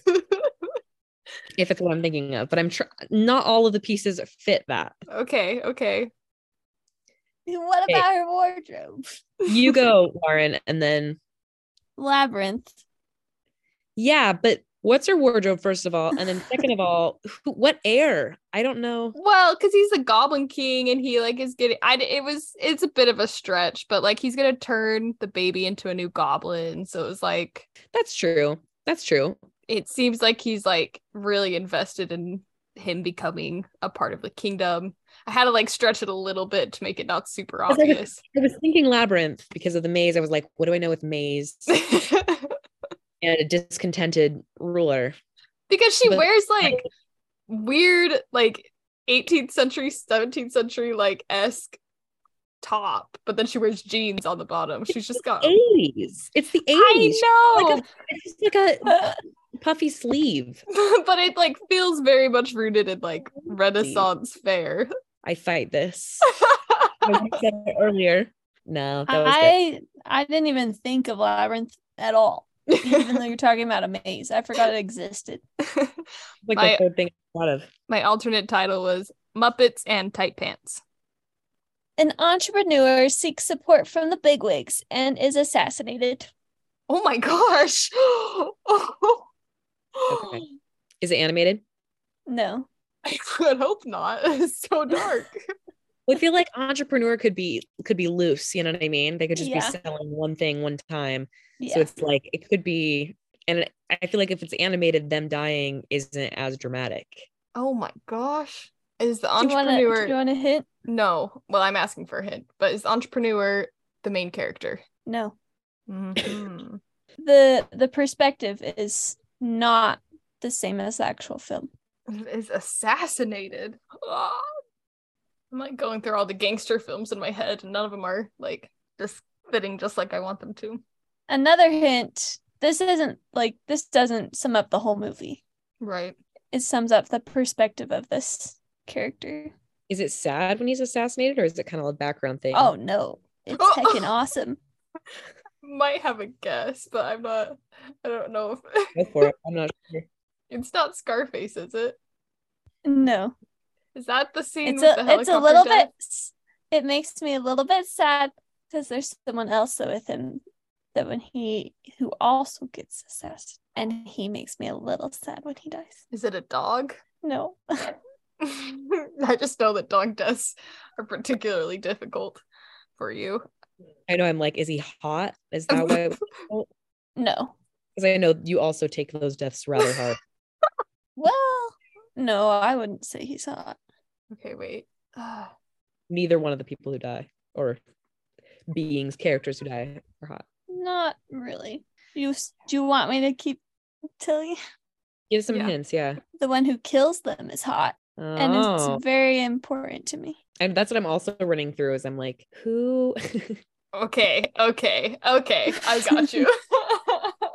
[SPEAKER 5] if it's what I'm thinking of, but I'm tr- not all of the pieces fit that.
[SPEAKER 4] okay, okay.
[SPEAKER 1] what
[SPEAKER 5] Okay.
[SPEAKER 1] about her wardrobe?
[SPEAKER 5] You go, Lauren, and then
[SPEAKER 1] Labyrinth.
[SPEAKER 5] yeah, but what's her wardrobe first of all, and then second of all, who, what heir? I don't know.
[SPEAKER 4] Well, because he's the Goblin King and he like is getting. I d- it was it's a bit of a stretch, but like he's gonna turn the baby into a new goblin. So it was like
[SPEAKER 5] That's true. That's true.
[SPEAKER 4] it seems like he's like really invested in him becoming a part of the kingdom. I had to like stretch it a little bit to make it not super
[SPEAKER 5] was like,
[SPEAKER 4] obvious.
[SPEAKER 5] I was thinking labyrinth because of the maze. I was like, what do I know with maze
[SPEAKER 4] because
[SPEAKER 5] and a discontented ruler?
[SPEAKER 4] she
[SPEAKER 5] But-
[SPEAKER 4] wears like weird like 18th century 17th century like esque top but then she wears jeans on the bottom she's just got
[SPEAKER 5] Eighties. It's the eighties.
[SPEAKER 4] i know
[SPEAKER 5] like It's just like a puffy sleeve.
[SPEAKER 4] but it like feels very much rooted in like renaissance fair
[SPEAKER 5] I fight this. I said it earlier. No, that was good.
[SPEAKER 1] I I didn't even think of labyrinth at all. Even though you're talking about a maze, I forgot it existed.
[SPEAKER 5] like
[SPEAKER 4] my-
[SPEAKER 5] the third thing I thought of.
[SPEAKER 4] my alternate title was muppets and tight pants
[SPEAKER 1] An entrepreneur seeks support from the bigwigs and is assassinated.
[SPEAKER 4] oh my gosh
[SPEAKER 5] Okay. Is it animated?
[SPEAKER 1] No.
[SPEAKER 4] i would hope not it's so dark
[SPEAKER 5] I feel like entrepreneur could be could be loose. You know what I mean? They could just
[SPEAKER 1] Yeah.
[SPEAKER 5] be selling one thing one time.
[SPEAKER 1] Yeah.
[SPEAKER 5] So it's like it could be, and I feel like if it's animated, them dying isn't as dramatic.
[SPEAKER 4] oh my gosh is the
[SPEAKER 1] do you wanna- do
[SPEAKER 4] entrepreneur
[SPEAKER 1] you want to hit?
[SPEAKER 4] no well i'm asking for a hint but is the entrepreneur the main character
[SPEAKER 1] No.
[SPEAKER 4] Mhm.
[SPEAKER 1] The the perspective is not the same as the actual film.
[SPEAKER 4] is assassinated. Ah. I'm like going through all the gangster films in my head, and none of them are like just fitting just like I want them to.
[SPEAKER 1] Another hint, this isn't like this doesn't sum up the whole movie.
[SPEAKER 4] Right.
[SPEAKER 1] It sums up the perspective of this character.
[SPEAKER 5] Is it sad when he's assassinated, or is it kind of a background thing?
[SPEAKER 1] Oh no. It's
[SPEAKER 4] Oh.
[SPEAKER 1] heckin' awesome.
[SPEAKER 4] Might have a guess, but I'm not. I don't know if
[SPEAKER 5] go for it. I'm not sure.
[SPEAKER 4] it's not Scarface, is it?
[SPEAKER 1] No.
[SPEAKER 4] Is that the scene?
[SPEAKER 1] it's
[SPEAKER 4] with
[SPEAKER 1] a
[SPEAKER 4] the
[SPEAKER 1] it's a
[SPEAKER 4] helicopter
[SPEAKER 1] little
[SPEAKER 4] death?
[SPEAKER 1] bit s- it makes me a little bit sad because there's someone else with him that when he who also gets assassinated and he makes me a little sad when he dies
[SPEAKER 4] Is it a dog?
[SPEAKER 1] no
[SPEAKER 4] I just know that dog deaths are particularly difficult for you.
[SPEAKER 5] I know. I'm like, is he hot? Is that why?
[SPEAKER 1] no
[SPEAKER 5] Because I know you also take those deaths rather hard.
[SPEAKER 1] well no i wouldn't say he's hot
[SPEAKER 4] Okay, wait. Uh,
[SPEAKER 5] Neither one of the people who die or beings, characters who die are hot.
[SPEAKER 1] not really you s- do you want me to keep telling you
[SPEAKER 5] Give some
[SPEAKER 4] Yeah.
[SPEAKER 5] hints, yeah.
[SPEAKER 1] the one who kills them is hot and
[SPEAKER 5] oh,
[SPEAKER 1] it's very important to me
[SPEAKER 5] and that's what I'm also running through. Is I'm like, who?
[SPEAKER 4] Okay, okay, okay. I got you.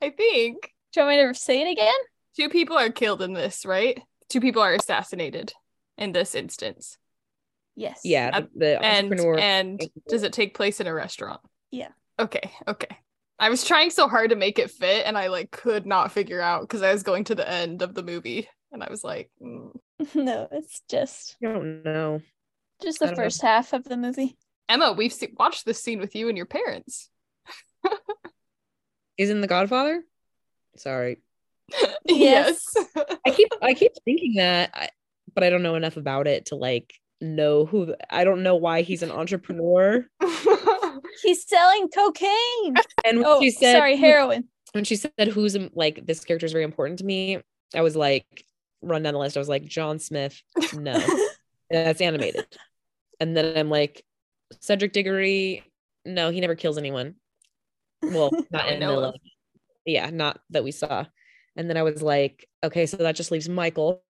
[SPEAKER 4] I think
[SPEAKER 1] do you want me to say it again
[SPEAKER 4] two people are killed in this, right? Two people are assassinated in this instance.
[SPEAKER 1] yes
[SPEAKER 5] yeah, the,
[SPEAKER 4] Yep.
[SPEAKER 5] the
[SPEAKER 4] And
[SPEAKER 5] entrepreneur.
[SPEAKER 4] and does it take place in a restaurant?
[SPEAKER 1] Yeah.
[SPEAKER 4] Okay, okay. I was trying so hard to make it fit and I like could not figure out because I was going to the end of the movie and I was like, mm.
[SPEAKER 1] no it's just
[SPEAKER 5] I don't know.
[SPEAKER 1] just
[SPEAKER 5] I
[SPEAKER 1] the
[SPEAKER 5] don't know.
[SPEAKER 1] first half of the movie
[SPEAKER 4] Emma, we've se- watched this scene with you and your parents.
[SPEAKER 5] Isn't the Godfather? Sorry,
[SPEAKER 1] Yes.
[SPEAKER 5] I keep I keep thinking that, I, but I don't know enough about it to like know who. the- I don't know why he's an entrepreneur.
[SPEAKER 4] Yes.
[SPEAKER 1] He's selling cocaine.
[SPEAKER 5] And when
[SPEAKER 1] oh,
[SPEAKER 5] she said,
[SPEAKER 1] sorry, heroin.
[SPEAKER 5] when she said who's im- like this character is very important to me, I was like, run down the list. I was like, John Smith, no, that's animated. And then I'm like, Cedric Diggory, no, he never kills anyone. Well, not
[SPEAKER 4] we
[SPEAKER 5] in the
[SPEAKER 4] know of.
[SPEAKER 5] like, yeah, not that we saw. And then I was like, okay, so that just leaves Michael.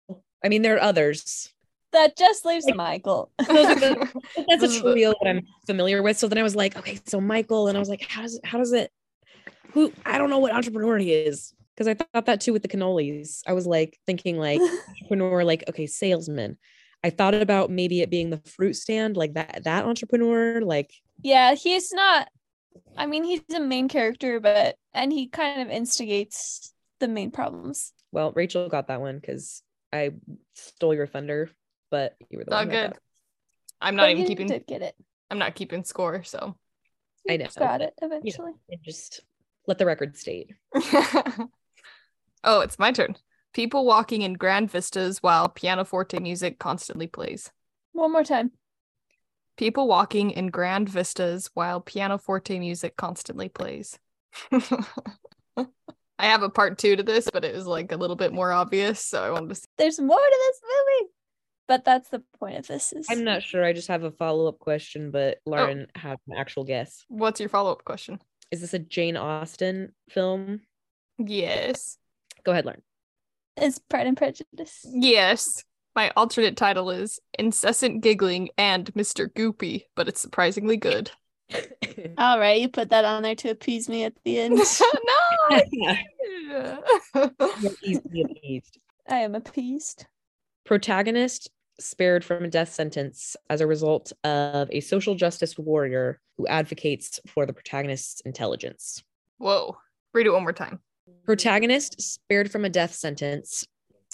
[SPEAKER 5] I mean, there are others.
[SPEAKER 1] That just leaves Michael.
[SPEAKER 5] But that's
[SPEAKER 4] This
[SPEAKER 5] a
[SPEAKER 4] is the-
[SPEAKER 5] trio that I'm familiar with. So then I was like, okay, so Michael, and I was like, how does how does it? Who I don't know what entrepreneur he is because I thought that too with the cannolis. I was like thinking like entrepreneur, like okay, salesman. I thought about maybe it being the fruit stand, like that that entrepreneur, like
[SPEAKER 1] Yeah, he's not. I mean, he's the main character, but and he kind of instigates the main problems.
[SPEAKER 5] well, Rachel got that one because I stole your thunder, but you were the
[SPEAKER 4] Not
[SPEAKER 5] one. that
[SPEAKER 4] good.
[SPEAKER 5] got
[SPEAKER 4] I'm
[SPEAKER 1] But
[SPEAKER 4] not even
[SPEAKER 1] you
[SPEAKER 4] keeping.
[SPEAKER 1] Did get it?
[SPEAKER 4] I'm not keeping score. So.
[SPEAKER 5] I
[SPEAKER 1] You
[SPEAKER 5] know,
[SPEAKER 1] Got
[SPEAKER 5] but,
[SPEAKER 1] it eventually.
[SPEAKER 5] it. Just let the record state.
[SPEAKER 4] oh, it's my turn. People walking in grand vistas while pianoforte music constantly plays.
[SPEAKER 1] One more time.
[SPEAKER 4] People walking in grand vistas while pianoforte music constantly plays. I have a part two to this, but it was like a little bit more obvious, so I wanted to. See.
[SPEAKER 1] There's more to this movie, but that's the point of this. Is
[SPEAKER 5] I'm not sure. I just have a follow up question, but Lauren had an actual guess.
[SPEAKER 4] What's your follow up question?
[SPEAKER 5] Is this a Jane Austen film?
[SPEAKER 4] Yes,
[SPEAKER 5] Go ahead, Lauren.
[SPEAKER 1] It's Pride and Prejudice.
[SPEAKER 4] yes. My alternate title is "Incessant Giggling" and "Mr. Goopy," but it's surprisingly good.
[SPEAKER 1] All right, you put that on there to appease me at the end.
[SPEAKER 4] no. I didn't.
[SPEAKER 5] You're eased, you're eased.
[SPEAKER 1] I am appeased.
[SPEAKER 5] Protagonist spared from a death sentence as a result of a social justice warrior who advocates for the protagonist's intelligence.
[SPEAKER 4] Whoa. Read it one more time.
[SPEAKER 5] Protagonist spared from a death sentence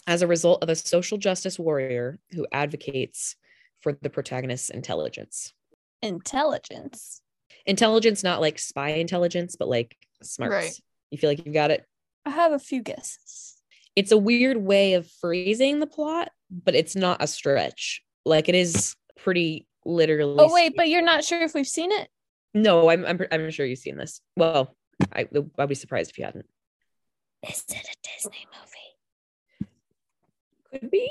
[SPEAKER 5] as a result of a social justice warrior who advocates for the protagonist's intelligence.
[SPEAKER 1] Intelligence.
[SPEAKER 5] Intelligence, not like spy intelligence, but like smarts.
[SPEAKER 4] Right.
[SPEAKER 5] You feel like you've got it.
[SPEAKER 1] I have a few guesses.
[SPEAKER 5] It's a weird way of phrasing the plot, but it's not a stretch. Like it is pretty literally.
[SPEAKER 1] Oh wait, but you're not sure if we've seen it.
[SPEAKER 5] no, I'm, I'm pr- I'm sure you've seen this. Well, I I'd be surprised if you hadn't.
[SPEAKER 1] Is it a Disney movie?
[SPEAKER 5] Could be.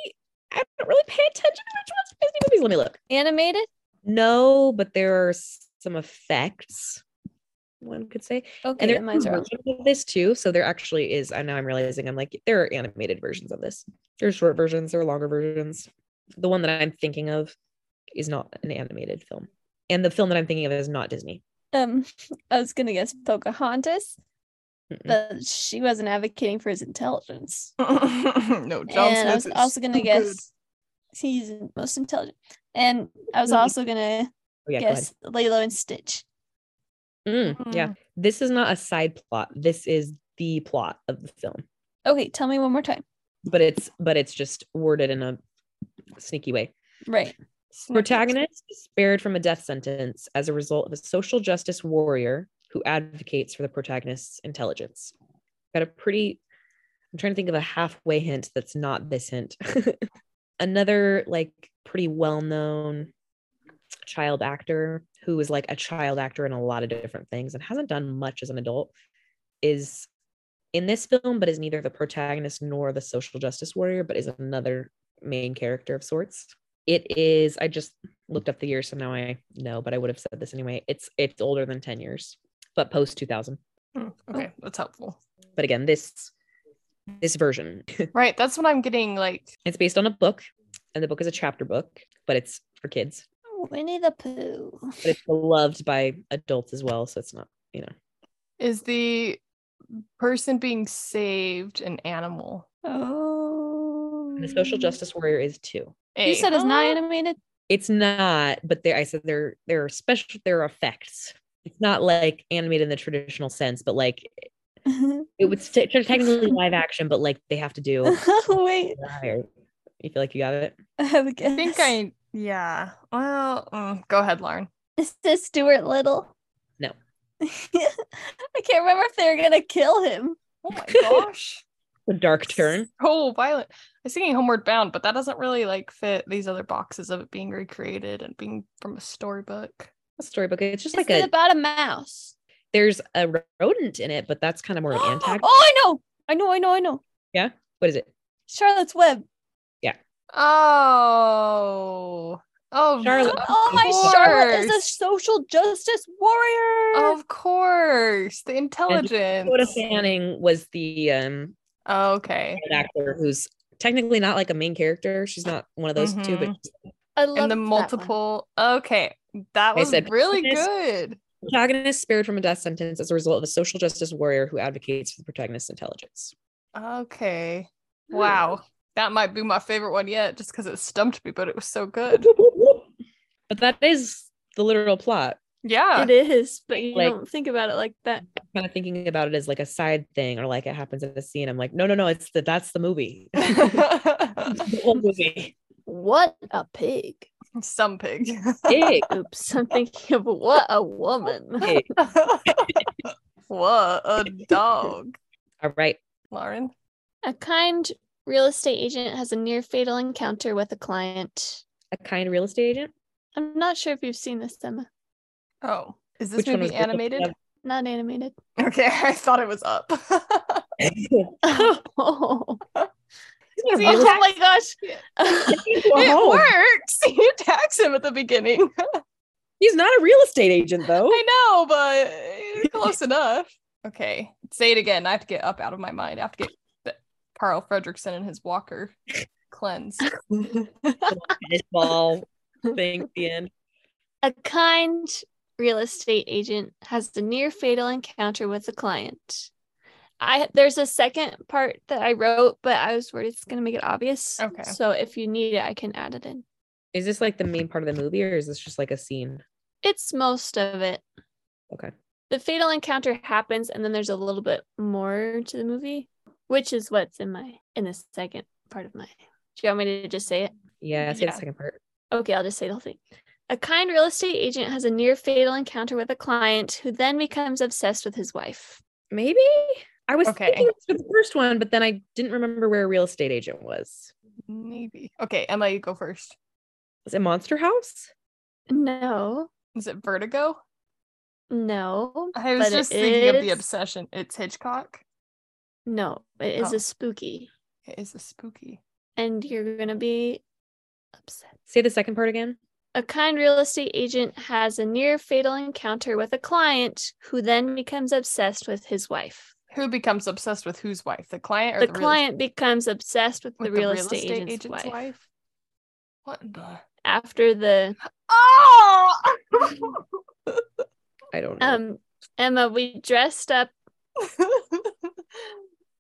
[SPEAKER 5] I don't really pay attention to which ones Disney movies. Let me look.
[SPEAKER 1] Animated?
[SPEAKER 5] No, but there are s- some effects. One could say, and
[SPEAKER 1] Okay,
[SPEAKER 5] there
[SPEAKER 1] and mine's
[SPEAKER 5] are
[SPEAKER 1] wrong.
[SPEAKER 5] versions of this too. So there actually is. And now I'm realizing I'm like there are animated versions of this. There are short versions. There are longer versions. The one that I'm thinking of is not an animated film, and the film that I'm thinking of is not Disney.
[SPEAKER 1] Um, I was gonna guess Pocahontas,
[SPEAKER 5] Mm-mm.
[SPEAKER 1] but she wasn't advocating for his intelligence.
[SPEAKER 4] no, John
[SPEAKER 1] and I was
[SPEAKER 4] Smith is
[SPEAKER 1] also gonna
[SPEAKER 4] too
[SPEAKER 1] guess he's the most intelligent. And I was
[SPEAKER 5] Mhm.
[SPEAKER 1] also gonna
[SPEAKER 5] Oh, yeah, go ahead.
[SPEAKER 1] guess Lilo and Stitch.
[SPEAKER 5] Mm, Yeah. This is not a side plot. This is the plot of the film.
[SPEAKER 1] Okay, tell me one more time.
[SPEAKER 5] But it's but it's just worded in a sneaky way.
[SPEAKER 1] Right.
[SPEAKER 5] Protagonist is spared from a death sentence as a result of a social justice warrior who advocates for the protagonist's intelligence. Got a pretty I'm trying to think of a halfway hint that's not this hint. Another like pretty well-known child actor who is like a child actor in a lot of different things and hasn't done much as an adult is in this film but is neither the protagonist nor the social justice warrior but is another main character of sorts it is i just looked up the year so now i know but i would have said this anyway it's it's older than 10 years but post 2000
[SPEAKER 4] Mm, Okay, that's helpful.
[SPEAKER 5] but again this this version
[SPEAKER 4] Right, that's what I'm getting. Like,
[SPEAKER 5] it's based on a book and the book is a chapter book but it's for kids
[SPEAKER 1] Winnie the Pooh.
[SPEAKER 5] but it's beloved by adults as well so it's not you know
[SPEAKER 4] is the person being saved an animal?
[SPEAKER 1] Oh.
[SPEAKER 5] and the social justice Ah. warrior is too
[SPEAKER 1] You
[SPEAKER 4] A,
[SPEAKER 1] said it's not
[SPEAKER 4] huh?
[SPEAKER 1] animated.
[SPEAKER 5] it's not but there i said there there are special there are effects it's not like animated in the traditional sense but like it would st- technically live action but like they have to do
[SPEAKER 1] Wait,
[SPEAKER 5] Right. You feel like you got it?
[SPEAKER 1] I have a guess.
[SPEAKER 4] I think I. Yeah. Well, mm, go ahead, Lauren.
[SPEAKER 1] Is this Stuart Little?
[SPEAKER 5] No.
[SPEAKER 1] I can't remember if they were gonna kill him.
[SPEAKER 4] Oh my gosh.
[SPEAKER 5] The dark turn.
[SPEAKER 4] Oh, violent. I was thinking Homeward Bound, but that doesn't really like fit these other boxes of it being recreated and being from a storybook.
[SPEAKER 5] A storybook. It's just
[SPEAKER 1] Is
[SPEAKER 5] like
[SPEAKER 1] it
[SPEAKER 5] a
[SPEAKER 1] about a mouse?
[SPEAKER 5] there's a rodent in it, but that's kind of more of an antagonist.
[SPEAKER 1] Oh, I know, I know, I know, I know.
[SPEAKER 5] What is it?
[SPEAKER 1] Charlotte's Web.
[SPEAKER 4] Oh. Oh,
[SPEAKER 5] Charlotte.
[SPEAKER 4] of
[SPEAKER 1] Oh my, Charlotte is a
[SPEAKER 4] course. Oh,
[SPEAKER 1] social justice warrior.
[SPEAKER 4] Of course, the intelligence.
[SPEAKER 5] Dakota Fanning was the um
[SPEAKER 4] Oh, okay.
[SPEAKER 5] actor who's technically not like a main character. She's not one of those two, but she's the
[SPEAKER 1] I love
[SPEAKER 4] And the multiple. Okay, that
[SPEAKER 5] I
[SPEAKER 4] was
[SPEAKER 5] said
[SPEAKER 4] really
[SPEAKER 5] business.
[SPEAKER 4] good.
[SPEAKER 5] protagonist spared from a death sentence as a result of a social justice warrior who advocates for the protagonist's intelligence.
[SPEAKER 4] Okay. Wow, That might be my favorite one yet, just because it stumped me, but it was so good.
[SPEAKER 5] But that is the literal plot.
[SPEAKER 4] Yeah.
[SPEAKER 1] It is, but you
[SPEAKER 5] Like-
[SPEAKER 1] don't think about it like that.
[SPEAKER 5] Kind of thinking about it as like a side thing or like it happens in a scene. I'm like, no, no, no, it's the that's the movie. the whole movie.
[SPEAKER 1] What a pig.
[SPEAKER 4] Some pig.
[SPEAKER 5] Pig.
[SPEAKER 1] Oops, I'm thinking of what a woman.
[SPEAKER 5] Pig.
[SPEAKER 4] what a dog.
[SPEAKER 5] All right.
[SPEAKER 4] Lauren.
[SPEAKER 1] A kind real estate agent has a near fatal encounter with a client.
[SPEAKER 5] A kind real estate agent.
[SPEAKER 1] I'm not sure if you've seen this, Emma.
[SPEAKER 4] Oh. Is this
[SPEAKER 5] Which one was
[SPEAKER 4] movie
[SPEAKER 5] Brooklyn
[SPEAKER 4] animated?
[SPEAKER 5] Nine-Nine?
[SPEAKER 1] Not animated.
[SPEAKER 4] Okay, I thought it was up.
[SPEAKER 1] oh
[SPEAKER 5] Is it a real estate-
[SPEAKER 1] my gosh.
[SPEAKER 5] Whoa.
[SPEAKER 4] It works. He attacks him at the beginning.
[SPEAKER 5] He's not a real estate agent though.
[SPEAKER 4] I know, but it's close enough. Okay, say it again. I have to get up out of my mind. I have to get the- Carl Fredrickson and his walker cleansed.
[SPEAKER 5] Tennis ball thing at the end.
[SPEAKER 1] A kind real estate agent has the near fatal encounter with a client. I there's a second part that I wrote, but I was worried it's gonna make it obvious.
[SPEAKER 4] Okay.
[SPEAKER 1] So if you need it, I can add it in.
[SPEAKER 5] Is this like the main part of the movie or is this just like a scene?
[SPEAKER 1] It's most of it.
[SPEAKER 5] Okay.
[SPEAKER 1] The fatal encounter happens, and then there's a little bit more to the movie, which is what's in my in the second part of my. Do you want me to just say it?
[SPEAKER 5] Yeah, say
[SPEAKER 4] Yeah.
[SPEAKER 5] the second part.
[SPEAKER 1] Okay, I'll just say the whole thing. A kind real estate agent has a near fatal encounter with a client who then becomes obsessed with his wife.
[SPEAKER 5] Maybe I was
[SPEAKER 4] Okay.
[SPEAKER 5] thinking this for the first one, but then I didn't remember where a real estate agent was.
[SPEAKER 4] Maybe. Okay, Emma, you go first.
[SPEAKER 5] Was it Monster House?
[SPEAKER 1] No,
[SPEAKER 4] Is it Vertigo?
[SPEAKER 1] no,
[SPEAKER 4] I was
[SPEAKER 1] But it
[SPEAKER 4] just thinking of the
[SPEAKER 1] is-
[SPEAKER 4] obsession. It's Hitchcock.
[SPEAKER 1] no. It is
[SPEAKER 4] Oh.
[SPEAKER 1] a spooky,
[SPEAKER 4] It is a spooky.
[SPEAKER 1] and you're gonna be upset.
[SPEAKER 5] Say the second part again.
[SPEAKER 1] A kind real estate agent has a near fatal encounter with a client who then becomes obsessed with his wife.
[SPEAKER 4] Who becomes obsessed with whose wife? The client or
[SPEAKER 1] the,
[SPEAKER 4] the, real-
[SPEAKER 1] client becomes obsessed with,
[SPEAKER 4] with
[SPEAKER 1] the real, estate, agent's, wife.
[SPEAKER 4] What the?
[SPEAKER 1] after the
[SPEAKER 4] Oh!
[SPEAKER 5] I don't know.
[SPEAKER 1] um Emma we dressed up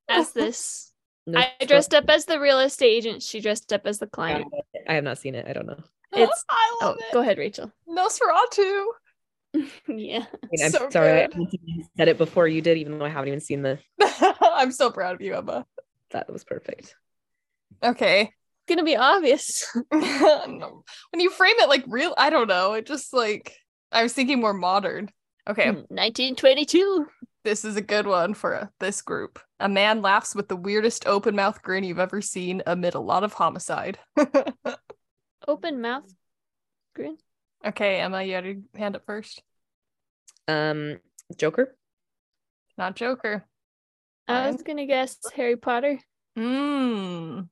[SPEAKER 1] as this
[SPEAKER 5] No,
[SPEAKER 1] I
[SPEAKER 5] so-
[SPEAKER 1] dressed up as the real estate agent she dressed up as the client
[SPEAKER 5] I have not seen it. I don't know.
[SPEAKER 1] It's-
[SPEAKER 4] I
[SPEAKER 1] oh
[SPEAKER 4] love it.
[SPEAKER 1] go ahead Rachel
[SPEAKER 4] Nosferatu.
[SPEAKER 1] yeah
[SPEAKER 5] I am
[SPEAKER 4] So
[SPEAKER 5] sorry.
[SPEAKER 4] good.
[SPEAKER 5] I said it before you did, even though I haven't even seen the.
[SPEAKER 4] I'm so proud of you, Emma.
[SPEAKER 5] That was perfect.
[SPEAKER 4] Okay.
[SPEAKER 1] gonna be obvious
[SPEAKER 4] No. When you frame it like real, I don't know. It just like I was thinking more modern. Okay,
[SPEAKER 1] Hmm. 1922
[SPEAKER 4] this is a good one for uh, this group. A man laughs with the weirdest open mouth grin you've ever seen amid a lot of homicide.
[SPEAKER 1] open mouth grin
[SPEAKER 4] okay, Emma, you had your hand up first.
[SPEAKER 5] Um, Joker.
[SPEAKER 4] Not Joker.
[SPEAKER 1] I
[SPEAKER 4] Fine.
[SPEAKER 1] was gonna guess Harry Potter
[SPEAKER 4] Mmm.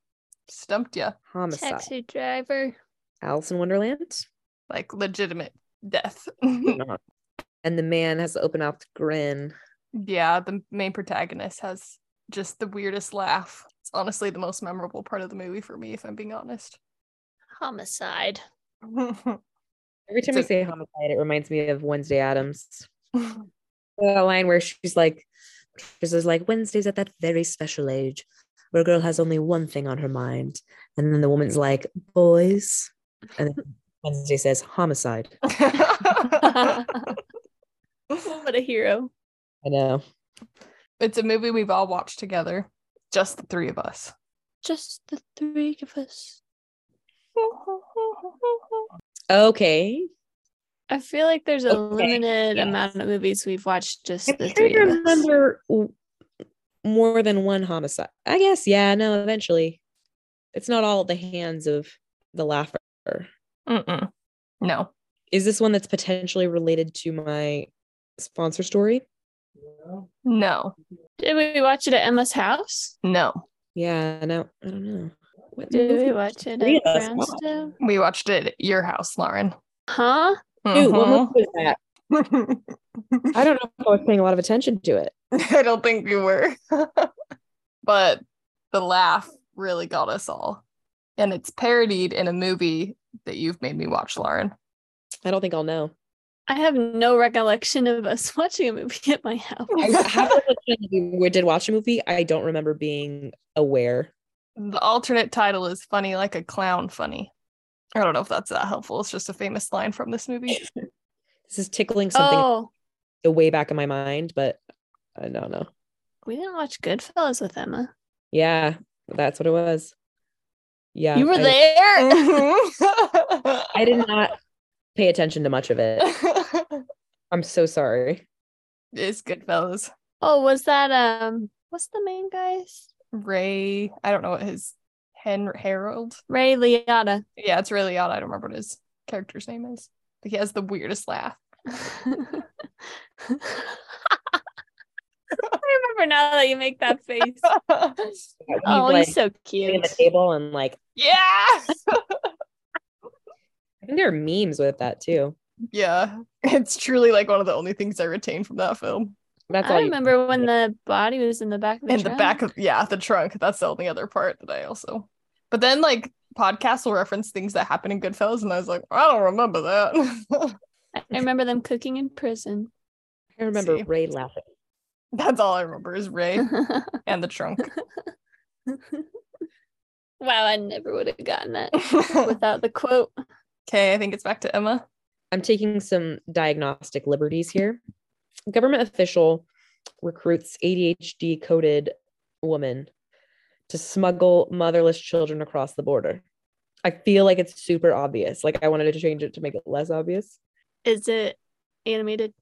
[SPEAKER 4] Stumped ya.
[SPEAKER 5] Homicide.
[SPEAKER 1] taxi driver
[SPEAKER 5] Alice in Wonderland.
[SPEAKER 4] Like legitimate death.
[SPEAKER 5] and the man has the open mouthed grin.
[SPEAKER 4] Yeah, the main protagonist has just the weirdest laugh. It's honestly the most memorable part of the movie for me, if I'm being honest.
[SPEAKER 1] homicide
[SPEAKER 5] Every
[SPEAKER 4] It's
[SPEAKER 5] time we
[SPEAKER 4] a-
[SPEAKER 5] say homicide, it reminds me of Wednesday Adams. The line where she's like, she's just like, Wednesday's at that very special age where a girl has only one thing on her mind. And then the woman's like, boys. And then Wednesday says, homicide.
[SPEAKER 1] what a hero
[SPEAKER 5] I know.
[SPEAKER 4] it's a movie we've all watched together, just the three of us.
[SPEAKER 1] just the three of us
[SPEAKER 5] Okay.
[SPEAKER 1] I feel like there's a
[SPEAKER 5] Okay,
[SPEAKER 1] limited
[SPEAKER 5] yes.
[SPEAKER 1] amount of movies we've watched just
[SPEAKER 5] I'm
[SPEAKER 1] the
[SPEAKER 5] trying
[SPEAKER 1] three
[SPEAKER 5] to
[SPEAKER 1] of us.
[SPEAKER 5] remember w- more than one homicide. I guess, yeah, no, eventually. It's not all at the hands of the laugher.
[SPEAKER 4] Mm-mm. No.
[SPEAKER 5] Is this one that's potentially related to my sponsor story?
[SPEAKER 4] No.
[SPEAKER 1] Did we watch it at Emma's house?
[SPEAKER 4] No.
[SPEAKER 5] Yeah, no, I don't know. What
[SPEAKER 1] Did
[SPEAKER 5] movie-
[SPEAKER 1] we watch it
[SPEAKER 5] Three
[SPEAKER 1] at
[SPEAKER 5] of us watched.
[SPEAKER 1] Brownstone?
[SPEAKER 4] We watched it at your house, Lauren.
[SPEAKER 1] Huh?
[SPEAKER 5] Dude, what
[SPEAKER 1] Uh-huh.
[SPEAKER 5] movie was that?
[SPEAKER 4] Mhm.
[SPEAKER 5] I don't know if I was paying a lot of attention to it.
[SPEAKER 4] I don't think we were. but the laugh really got us all. And it's parodied in a movie that you've made me watch, Lauren.
[SPEAKER 5] I don't think I'll know.
[SPEAKER 1] I have no recollection of us watching a movie at my house.
[SPEAKER 5] I have a recollection that we did watch a movie. I don't remember being aware
[SPEAKER 4] The alternate title is Funny Like a Clown Funny. I don't know if that's that helpful. It's just a famous line from this movie.
[SPEAKER 5] This is tickling something
[SPEAKER 1] Oh,
[SPEAKER 5] the way back of my mind, but I don't know.
[SPEAKER 1] we didn't watch Goodfellas with Emma.
[SPEAKER 5] Yeah, that's what it was. Yeah.
[SPEAKER 1] you were
[SPEAKER 5] I,
[SPEAKER 1] there.
[SPEAKER 4] Mm-hmm.
[SPEAKER 5] I did not pay attention to much of it. I'm so sorry.
[SPEAKER 4] it's Goodfellas.
[SPEAKER 1] oh, was that um? What's the main guy's
[SPEAKER 4] Ray, I don't know what his Hen Harold.
[SPEAKER 1] Ray Liotta?
[SPEAKER 4] Yeah, it's really odd. I don't remember what his character's name is. But he has the weirdest laugh.
[SPEAKER 1] I remember now that you make that face.
[SPEAKER 5] He's
[SPEAKER 1] oh,
[SPEAKER 5] like
[SPEAKER 1] he's so
[SPEAKER 5] sitting at
[SPEAKER 1] cute.
[SPEAKER 5] the table and like
[SPEAKER 4] yeah.
[SPEAKER 5] I think there are memes with that too.
[SPEAKER 4] yeah. It's truly like one of the only things I retain from that film.
[SPEAKER 5] That's all
[SPEAKER 1] I
[SPEAKER 5] you-
[SPEAKER 1] remember when the body was in the back of the
[SPEAKER 4] in the
[SPEAKER 1] truck.
[SPEAKER 4] back of yeah the trunk that's the only other part that i also but then like podcasts will reference things that happen in goodfellas and i was like i don't remember that
[SPEAKER 1] I remember them cooking in prison.
[SPEAKER 5] I remember
[SPEAKER 4] See.
[SPEAKER 5] Ray laughing.
[SPEAKER 4] that's all i remember is ray
[SPEAKER 1] wow,
[SPEAKER 4] and the trunk
[SPEAKER 1] I never would have gotten that
[SPEAKER 4] okay
[SPEAKER 1] without the quote.
[SPEAKER 4] i think it's back to emma
[SPEAKER 5] I'm taking some diagnostic liberties here. Government official recruits ADHD coded woman to smuggle motherless children across the border. I feel like it's super obvious. Like I wanted to change it to make it less obvious.
[SPEAKER 1] Is it animated?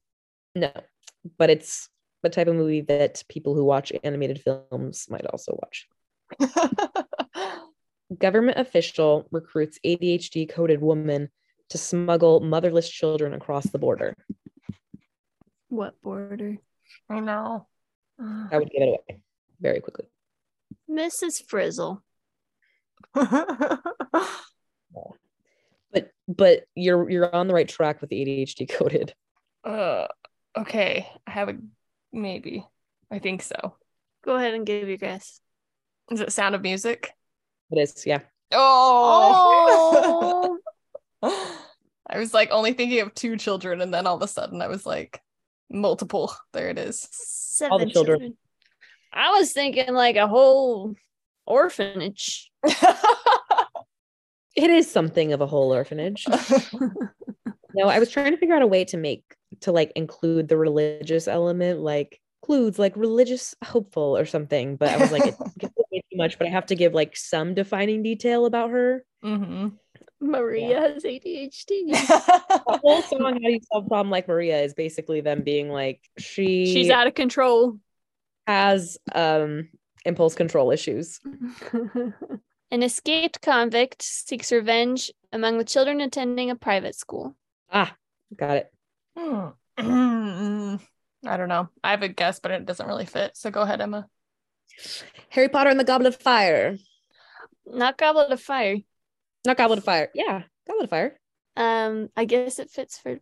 [SPEAKER 5] No, but it's the type of movie that people who watch animated films might also watch. Government official recruits ADHD coded woman to smuggle motherless children across the border.
[SPEAKER 1] What border?
[SPEAKER 4] i know
[SPEAKER 5] I would give it away very quickly.
[SPEAKER 1] Mrs. Frizzle.
[SPEAKER 5] but but you're you're on the right track with the ADHD coded.
[SPEAKER 4] uh, okay i have a maybe i think so
[SPEAKER 1] Go ahead and give your guess.
[SPEAKER 4] is it sound of music
[SPEAKER 5] It is, yeah.
[SPEAKER 4] oh
[SPEAKER 1] Oh,
[SPEAKER 4] I was like only thinking of two children, and then all of a sudden I was like, multiple. There it is.
[SPEAKER 1] seven
[SPEAKER 5] All the children.
[SPEAKER 1] I was thinking like a whole orphanage.
[SPEAKER 5] It is something of a whole orphanage. no, I was trying to figure out a way to make to like include the religious element, like includes like religious hopeful or something. But I was like, it gets way too much. But I have to give like some defining detail about her.
[SPEAKER 4] hmm
[SPEAKER 1] Maria has ADHD.
[SPEAKER 5] The whole song "How Do You Solve a Problem Like Maria" is basically them being like she
[SPEAKER 1] She's out of control.
[SPEAKER 5] has um impulse control issues.
[SPEAKER 1] An escaped convict seeks revenge among the children attending a private school.
[SPEAKER 5] Ah, Got it.
[SPEAKER 4] Hmm. I don't know. I have a guess, but it doesn't really fit. So go ahead, Emma.
[SPEAKER 5] Harry Potter and the Goblet of Fire.
[SPEAKER 1] Not Goblet of Fire.
[SPEAKER 5] Not Goblet of Fire. Yeah, Goblet of Fire.
[SPEAKER 1] Um, I guess it fits for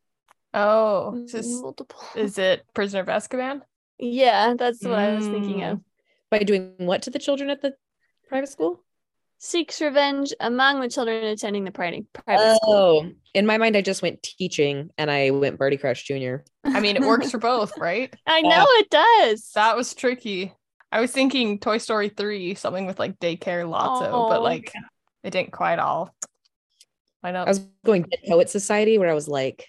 [SPEAKER 4] Oh, is, this-
[SPEAKER 1] multiple.
[SPEAKER 4] is it Prisoner of Azkaban?
[SPEAKER 1] yeah, that's what I was thinking of.
[SPEAKER 5] By doing what to the children at the private school?
[SPEAKER 1] Seeks revenge among the children attending the pri- private school.
[SPEAKER 5] Oh, in my mind, I just went teaching and I went Barty Crouch Jr.
[SPEAKER 4] I mean, it works for both, right?
[SPEAKER 1] I know it does.
[SPEAKER 4] That was tricky. I was thinking Toy Story 3, something with like daycare Lotso,
[SPEAKER 1] Oh.
[SPEAKER 4] but like it didn't quite all. I know.
[SPEAKER 5] I
[SPEAKER 1] Oh.
[SPEAKER 5] was going Dead Poet Society where I was like,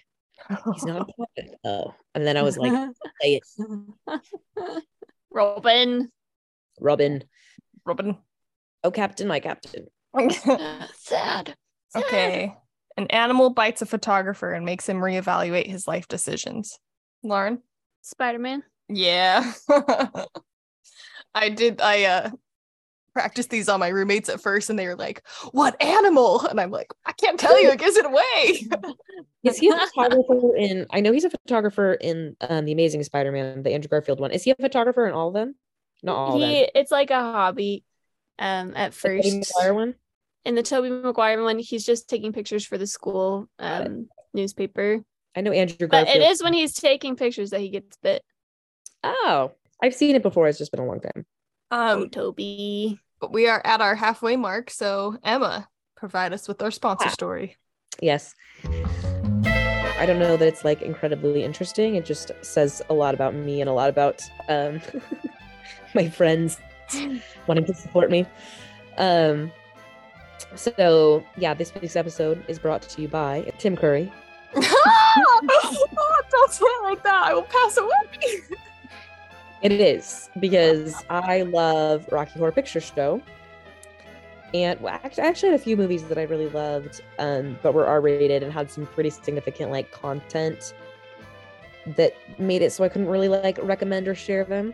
[SPEAKER 5] he's not a poet. Oh. And then I was like, say it,
[SPEAKER 1] Robin.
[SPEAKER 5] Robin.
[SPEAKER 4] Robin.
[SPEAKER 5] Oh, Captain, my Captain.
[SPEAKER 1] Sad.
[SPEAKER 4] okay. An animal bites a photographer and makes him reevaluate his life decisions. Lauren?
[SPEAKER 1] Spider Man.
[SPEAKER 4] Yeah. I did I uh practiced these on my roommates at first and they were like, "What animal?" And I'm like, "I can't tell you. It gives it away."
[SPEAKER 5] Is he a photographer in? I know he's a photographer in um, the Amazing Spider-Man, the Andrew Garfield one. Is he a photographer in all of them? Not all of them.
[SPEAKER 1] He, it's like a hobby um, at
[SPEAKER 5] The Tobey
[SPEAKER 1] first.
[SPEAKER 5] Maguire one.
[SPEAKER 1] in the Toby Maguire one, he's just taking pictures for the school um, newspaper.
[SPEAKER 5] I know Andrew
[SPEAKER 1] But
[SPEAKER 5] Garfield.
[SPEAKER 1] it is when he's taking pictures that he gets bit.
[SPEAKER 5] Oh, I've seen it before. It's just been a long time.
[SPEAKER 1] Oh,
[SPEAKER 4] Um
[SPEAKER 1] Toby.
[SPEAKER 4] but we are at our halfway mark, so Emma, provide us with our sponsor
[SPEAKER 5] Ah.
[SPEAKER 4] story.
[SPEAKER 5] Yes. I don't know that it's like incredibly interesting. It just says a lot about me and a lot about um, my friends wanting to support me. Um, so yeah, this week's episode is brought to you by Tim Curry.
[SPEAKER 4] oh, don't sweat like that. I will pass away.
[SPEAKER 5] It is because I love Rocky Horror Picture Show, and well, actually, I actually had a few movies that I really loved, um, but were R rated and had some pretty significant like content that made it so I couldn't really like recommend or share them.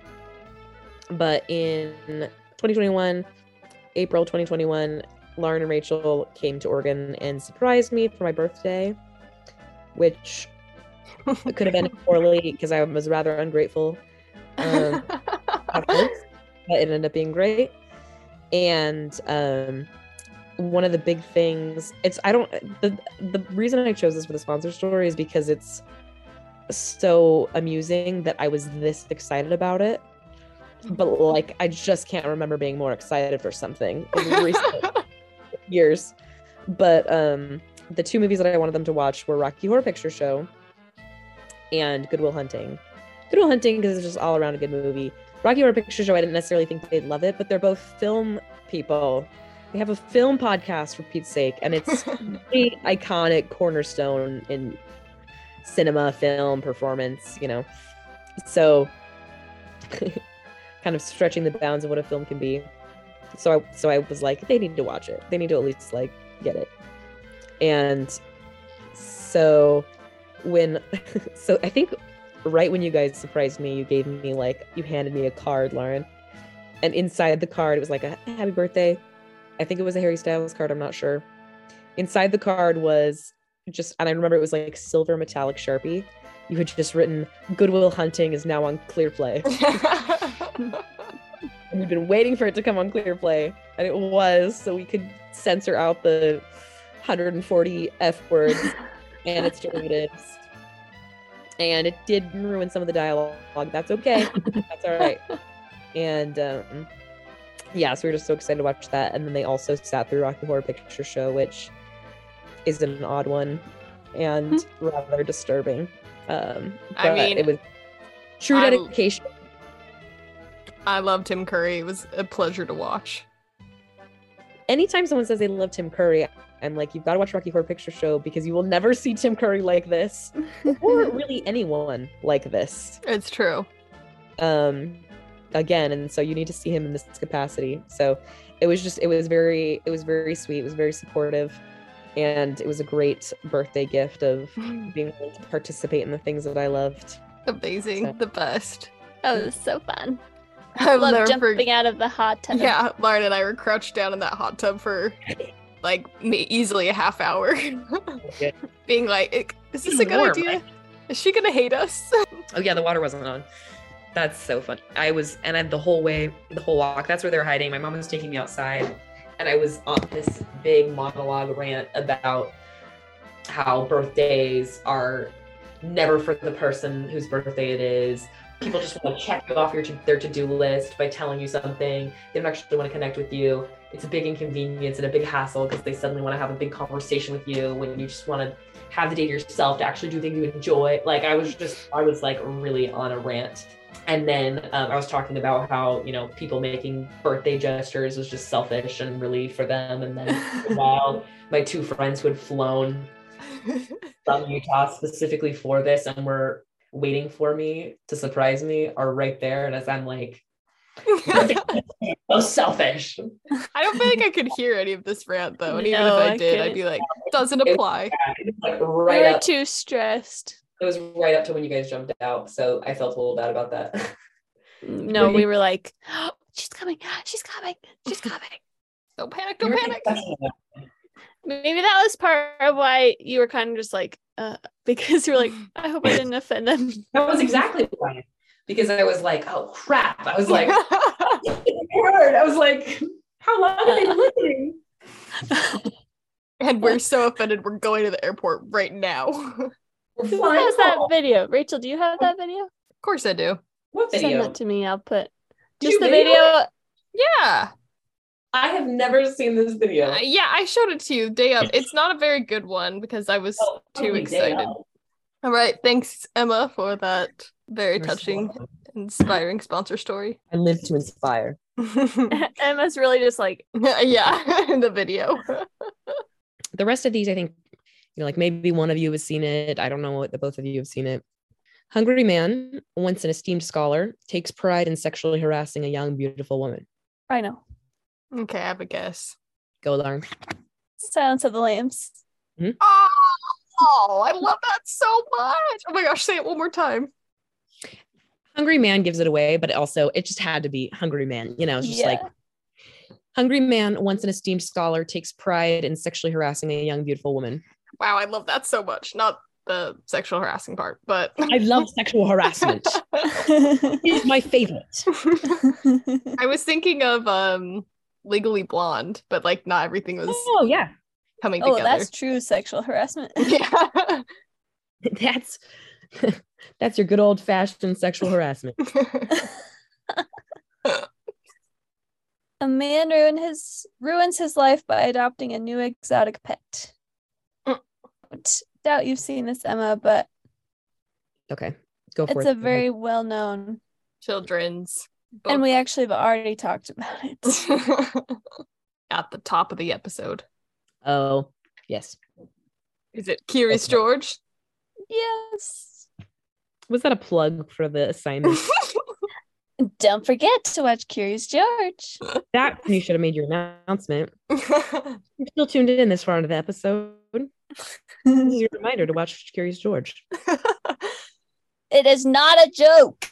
[SPEAKER 5] But in 2021, April 2021, Lauren and Rachel came to Oregon and surprised me for my birthday, which could have ended poorly because I was rather ungrateful. Um, at first, but it ended up being great. And um, one of the big things it's I don't the the reason I chose this for the sponsor story is because it's so amusing that I was this excited about it. But like I just can't remember being more excited for something in recent years. But um the two movies that I wanted them to watch were Rocky Horror Picture Show and Goodwill Hunting. Goodwill Hunting because it's just all around a good movie. Rocky Horror Picture Show, I didn't necessarily think they'd love it, but they're both film people. They have a film podcast for Pete's sake, and it's the iconic cornerstone in cinema, film, performance, you know. So kind of stretching the bounds of what a film can be. So I so I was like, they need to watch it. They need to at least like get it. And so when so I think right when you guys surprised me, you gave me like you handed me a card, Lauren. And inside the card it was like a happy birthday. I think it was a Harry Styles card, I'm not sure. Inside the card was just and I remember it was like silver metallic sharpie. You had just written Goodwill Hunting is now on Clearplay. and we've been waiting for it to come on Clearplay, and it was so we could censor out the 140 f words and its derivatives. And it did ruin some of the dialogue. That's okay. That's all right. And um, yeah, so we were just so excited to watch that. And then they also sat through Rocky Horror Picture Show, which is an odd one and mm-hmm. rather disturbing. Um, I mean, it was true dedication.
[SPEAKER 4] I, I love Tim Curry. It was a pleasure to watch.
[SPEAKER 5] Anytime someone says they love Tim Curry, I'm like, you've got to watch Rocky Horror Picture Show because you will never see Tim Curry like this, or really anyone like this.
[SPEAKER 4] It's true.
[SPEAKER 5] Um, again, and so you need to see him in this capacity. So, it was just, it was very, it was very sweet. It was very supportive and it was a great birthday gift of being able to participate in the things that I loved.
[SPEAKER 4] Amazing, so. the best.
[SPEAKER 1] That Oh, was so fun. I, I love jumping forget- out of the hot tub.
[SPEAKER 4] Yeah, Lauren and I were crouched down in that hot tub for like easily a half hour, okay. being like, "Is this a good warm, idea? Right? Is she gonna hate us?"
[SPEAKER 5] oh yeah, the water wasn't on. That's so fun. I was, and I, the whole way, the whole walk. That's where they were hiding. My mom was taking me outside and I was on this big monologue rant about how birthdays are never for the person whose birthday it is. People just want to check you off your to- their to-do list by telling you something. They don't actually want to connect with you. It's a big inconvenience and a big hassle because they suddenly want to have a big conversation with you when you just want to have the day to yourself to actually do things you enjoy. Like I was just, I was like really on a rant and then um, I was talking about how you know people making birthday gestures was just selfish and really for them. And then while my two friends who had flown from Utah specifically for this and were waiting for me to surprise me are right there. And as I'm like, so selfish.
[SPEAKER 4] I don't think I could hear any of this rant though. And no, even if I, I did, couldn't. I'd be like, doesn't apply.
[SPEAKER 1] It like right You're up. too stressed
[SPEAKER 5] it was right up to when you guys jumped out. So I felt a little bad about that.
[SPEAKER 1] no, we were like, oh, she's coming, she's coming, she's coming.
[SPEAKER 4] Don't panic, don't panic.
[SPEAKER 1] Maybe that was part of why you were kind of just like, uh, because you were like, I hope I didn't offend them.
[SPEAKER 5] That was exactly why. Because I was like, oh crap. I was like, I was like, how long are they
[SPEAKER 4] Uh,
[SPEAKER 5] listening?
[SPEAKER 4] and we're so offended, we're going to the airport right now.
[SPEAKER 1] Who has that video? Rachel, do you have that video?
[SPEAKER 4] Of course I do.
[SPEAKER 5] What video?
[SPEAKER 1] Send that to me. I'll put just the video. video.
[SPEAKER 4] Yeah.
[SPEAKER 5] I have never seen this video. Uh,
[SPEAKER 4] yeah, I showed it to you day of. It's not a very good one because I was oh, too excited. All right. Thanks, Emma, for that very You're touching, so inspiring sponsor story.
[SPEAKER 5] I live to inspire.
[SPEAKER 1] Emma's really just like
[SPEAKER 4] yeah, in the video.
[SPEAKER 5] The rest of these, I think, you know, like maybe one of you has seen it. I don't know what the both of you have seen it. Hungry man, once an esteemed scholar, takes pride in sexually harassing a young, beautiful woman.
[SPEAKER 1] I know.
[SPEAKER 4] okay, I have a guess.
[SPEAKER 5] Go, Lauren.
[SPEAKER 1] Silence of the Lambs.
[SPEAKER 4] Oh, oh, I love that so much. Oh my gosh, say it one more time.
[SPEAKER 5] Hungry man gives it away, but it also it just had to be Hungry man. You know, it's just
[SPEAKER 1] Yeah.
[SPEAKER 5] like Hungry man, once an esteemed scholar, takes pride in sexually harassing a young, beautiful woman.
[SPEAKER 4] Wow, I love that so much. Not the sexual harassing part, but
[SPEAKER 5] I love sexual harassment. it's my favorite.
[SPEAKER 4] I was thinking of um Legally Blonde, but like not everything was
[SPEAKER 5] Oh yeah,
[SPEAKER 4] coming
[SPEAKER 1] oh,
[SPEAKER 4] together.
[SPEAKER 1] that's true sexual harassment.
[SPEAKER 4] yeah.
[SPEAKER 5] that's that's your good old fashioned sexual harassment.
[SPEAKER 1] A man ruin his ruins his life by adopting a new exotic pet.
[SPEAKER 4] Mm.
[SPEAKER 1] Don't doubt you've seen this, Emma, but
[SPEAKER 5] Okay, go for
[SPEAKER 1] it's
[SPEAKER 5] it.
[SPEAKER 1] a very well known,
[SPEAKER 4] Children's book.
[SPEAKER 1] and we actually have already talked about it.
[SPEAKER 4] at the top of the episode.
[SPEAKER 5] oh yes.
[SPEAKER 4] Is it Curious
[SPEAKER 5] Okay.
[SPEAKER 4] George?
[SPEAKER 1] yes.
[SPEAKER 5] Was that a plug for the assignment?
[SPEAKER 1] Don't forget to watch Curious George.
[SPEAKER 5] that you should have made your announcement. You're still tuned in this far into the episode. this is your reminder to watch Curious George.
[SPEAKER 1] It is not a joke.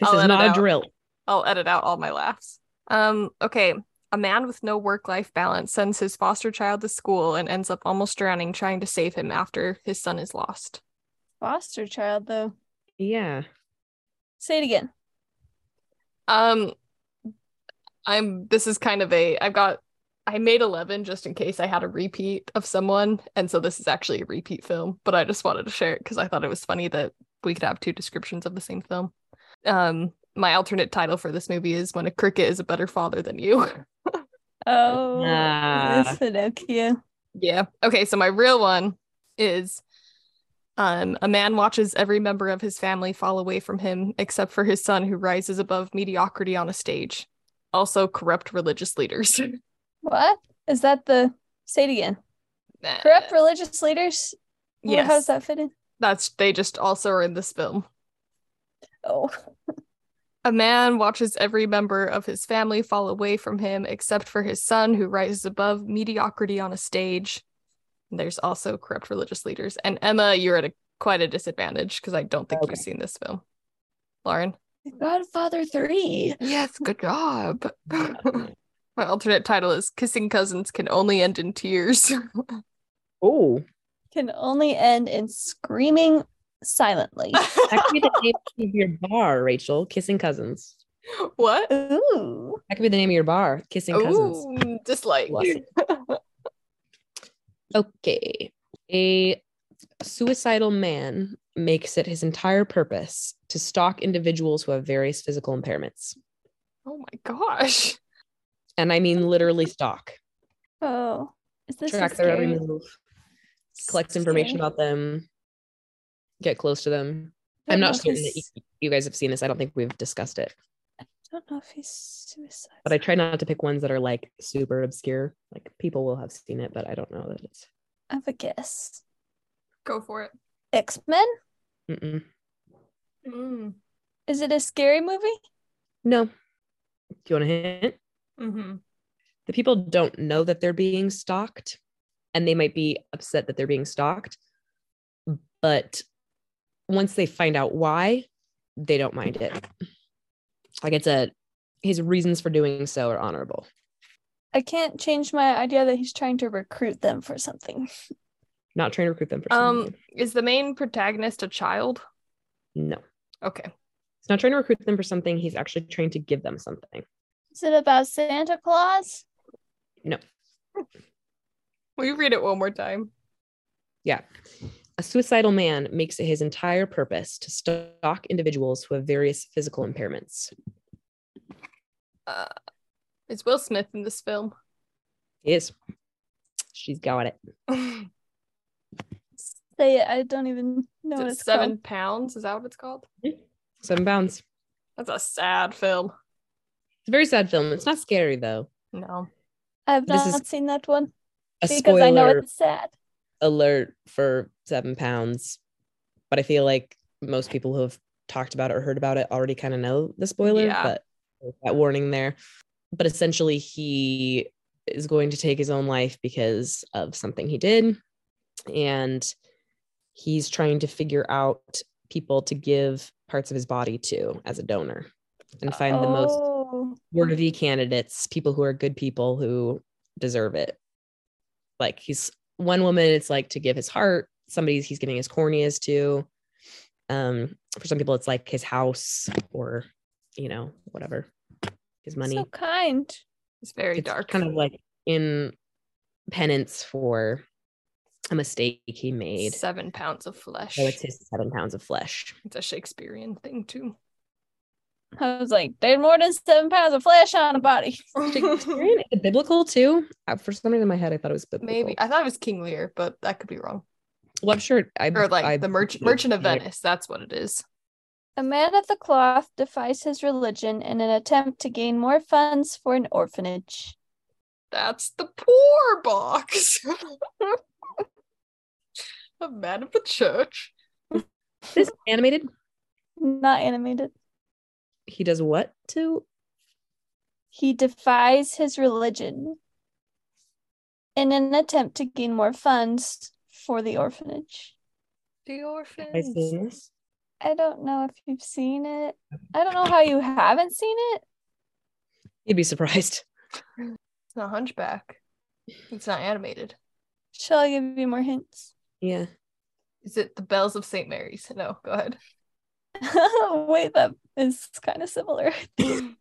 [SPEAKER 5] This
[SPEAKER 4] I'll
[SPEAKER 5] is
[SPEAKER 4] edit
[SPEAKER 5] not
[SPEAKER 4] out.
[SPEAKER 5] a drill.
[SPEAKER 4] I'll edit out all my laughs. Um, okay. A man with no work life balance sends his foster child to school and ends up almost drowning trying to save him after his son is lost.
[SPEAKER 1] Foster child, though.
[SPEAKER 5] Yeah.
[SPEAKER 1] Say it again.
[SPEAKER 4] Um I'm this is kind of a I've got I made 11 just in case I had a repeat of someone and so this is actually a repeat film, but I just wanted to share it cuz I thought it was funny that we could have two descriptions of the same film. Um my alternate title for this movie is When a Cricket is a Better Father Than You.
[SPEAKER 1] Oh,
[SPEAKER 5] Ah.
[SPEAKER 1] it's Pinocchio.
[SPEAKER 4] Yeah. Okay, so my real one is um a man watches every member of his family fall away from him except for his son who rises above mediocrity on a stage. Also corrupt religious leaders.
[SPEAKER 1] What? Is that the. Say it again. Corrupt religious leaders? Well,
[SPEAKER 4] Uh, yes.
[SPEAKER 1] How does that fit in?
[SPEAKER 4] That's they just also are in this film.
[SPEAKER 1] Oh.
[SPEAKER 4] A man watches every member of his family fall away from him except for his son who rises above mediocrity on a stage. There's also corrupt religious leaders. And Emma, you're at a quite a disadvantage because I don't think you've
[SPEAKER 5] Okay.
[SPEAKER 4] seen this film. Lauren?
[SPEAKER 1] Godfather 3.
[SPEAKER 4] Yes, good job. My alternate title is Kissing Cousins Can Only End in Tears.
[SPEAKER 5] Oh,
[SPEAKER 1] Can only end in screaming silently.
[SPEAKER 5] that could be the name of your bar, Rachel. Kissing Cousins.
[SPEAKER 4] what?
[SPEAKER 1] Ooh.
[SPEAKER 5] That could be the name of your bar, Kissing Cousins.
[SPEAKER 4] Ooh, dislike.
[SPEAKER 5] Bless Okay. A suicidal man makes it his entire purpose to stalk individuals who have various physical impairments.
[SPEAKER 4] Oh my gosh.
[SPEAKER 5] And I mean literally stalk.
[SPEAKER 1] Oh. Is this
[SPEAKER 5] Track
[SPEAKER 1] is
[SPEAKER 5] their every
[SPEAKER 1] scary?
[SPEAKER 5] move, collect
[SPEAKER 1] Scary.
[SPEAKER 5] information about them, get close to them.
[SPEAKER 1] I don't
[SPEAKER 5] I'm not
[SPEAKER 1] know if
[SPEAKER 5] certain that you,
[SPEAKER 1] he's-
[SPEAKER 5] you guys have seen this. I don't think we've discussed it,
[SPEAKER 1] I don't know if he's suicidal.
[SPEAKER 5] but I try not to pick ones that are like super obscure. Like people will have seen it, but I don't know that it's.
[SPEAKER 1] I have a guess.
[SPEAKER 4] Go for it.
[SPEAKER 1] X Men?
[SPEAKER 5] Mm-mm.
[SPEAKER 4] Mm.
[SPEAKER 1] Is it a scary movie?
[SPEAKER 5] No. Do you want a hint?
[SPEAKER 4] Mm-hmm.
[SPEAKER 5] The people don't know that they're being stalked and they might be upset that they're being stalked. But once they find out why, they don't mind it. Like it's a, his reasons for doing so are honorable.
[SPEAKER 1] I can't change my idea that he's trying to recruit them for something.
[SPEAKER 5] Not trying to recruit them for some
[SPEAKER 4] Um,
[SPEAKER 5] reason.
[SPEAKER 4] is the main protagonist a child?
[SPEAKER 5] No.
[SPEAKER 4] Okay.
[SPEAKER 5] He's not trying to recruit them for something. He's actually trying to give them something.
[SPEAKER 1] Is it about Santa Claus?
[SPEAKER 4] Will you read it one more time?
[SPEAKER 5] A suicidal man makes it his entire purpose to stalk individuals who have various physical impairments.
[SPEAKER 4] Uh, is Will Smith in this film?
[SPEAKER 5] He is. She's got it.
[SPEAKER 4] Is
[SPEAKER 1] Say it. I don't even know what
[SPEAKER 4] it
[SPEAKER 1] it's
[SPEAKER 4] seven
[SPEAKER 1] called.
[SPEAKER 4] pounds? Is that what it's called?
[SPEAKER 5] Seven pounds.
[SPEAKER 4] That's a sad film.
[SPEAKER 5] It's a very sad film. It's not scary though.
[SPEAKER 4] No.
[SPEAKER 1] I've
[SPEAKER 5] This
[SPEAKER 1] not
[SPEAKER 5] is
[SPEAKER 1] seen that one
[SPEAKER 5] A
[SPEAKER 1] because
[SPEAKER 5] spoiler
[SPEAKER 1] I know it's sad.
[SPEAKER 5] alert for seven pounds, but I feel like most people who have talked about it or heard about it already kind of know the spoiler.
[SPEAKER 4] Yeah.
[SPEAKER 5] But there's that warning there. But essentially, he is going to take his own life because of something he did, and he's trying to figure out people to give parts of his body to as a donor and find the most
[SPEAKER 1] Oh.
[SPEAKER 5] worthy E candidates, people who are good people who deserve it. Like he's one woman, it's like to give his heart. Somebody he's giving his corneas to. Um, for some people, it's like his house or you know whatever, his money.
[SPEAKER 1] So kind.
[SPEAKER 4] It's very
[SPEAKER 5] it's
[SPEAKER 4] dark.
[SPEAKER 5] kind of like in penance for a mistake he made.
[SPEAKER 4] seven pounds of flesh.
[SPEAKER 5] So it's his seven pounds of flesh.
[SPEAKER 4] It's a Shakespearean thing too.
[SPEAKER 1] I was like, there's more than seven pounds of flesh on a body.
[SPEAKER 5] Shakespearean? Is it biblical too? Uh, For some reason in my head, I thought it was biblical.
[SPEAKER 4] Maybe I thought it was King Lear, but that could be wrong.
[SPEAKER 5] Well, I'm sure. I,
[SPEAKER 4] Or like
[SPEAKER 5] I-
[SPEAKER 4] the merchant Merchant of
[SPEAKER 5] Yeah.
[SPEAKER 4] Venice. That's what it is.
[SPEAKER 1] A man of the cloth defies his religion in an attempt to gain more funds for an orphanage.
[SPEAKER 4] That's the poor box. a man of the church.
[SPEAKER 5] This is animated.
[SPEAKER 1] Not animated.
[SPEAKER 5] He does what to
[SPEAKER 1] He defies his religion in an attempt to gain more funds for the orphanage.
[SPEAKER 4] The
[SPEAKER 5] I
[SPEAKER 4] orphans.
[SPEAKER 5] seen this?
[SPEAKER 1] I don't know if you've seen it. I don't know how you haven't seen it.
[SPEAKER 5] You'd be surprised.
[SPEAKER 4] It's not Hunchback. It's not animated.
[SPEAKER 1] Shall I give you more hints?
[SPEAKER 5] Yeah.
[SPEAKER 4] Is it the Bells of St. Mary's? No, go ahead.
[SPEAKER 1] Wait, that is kind of similar.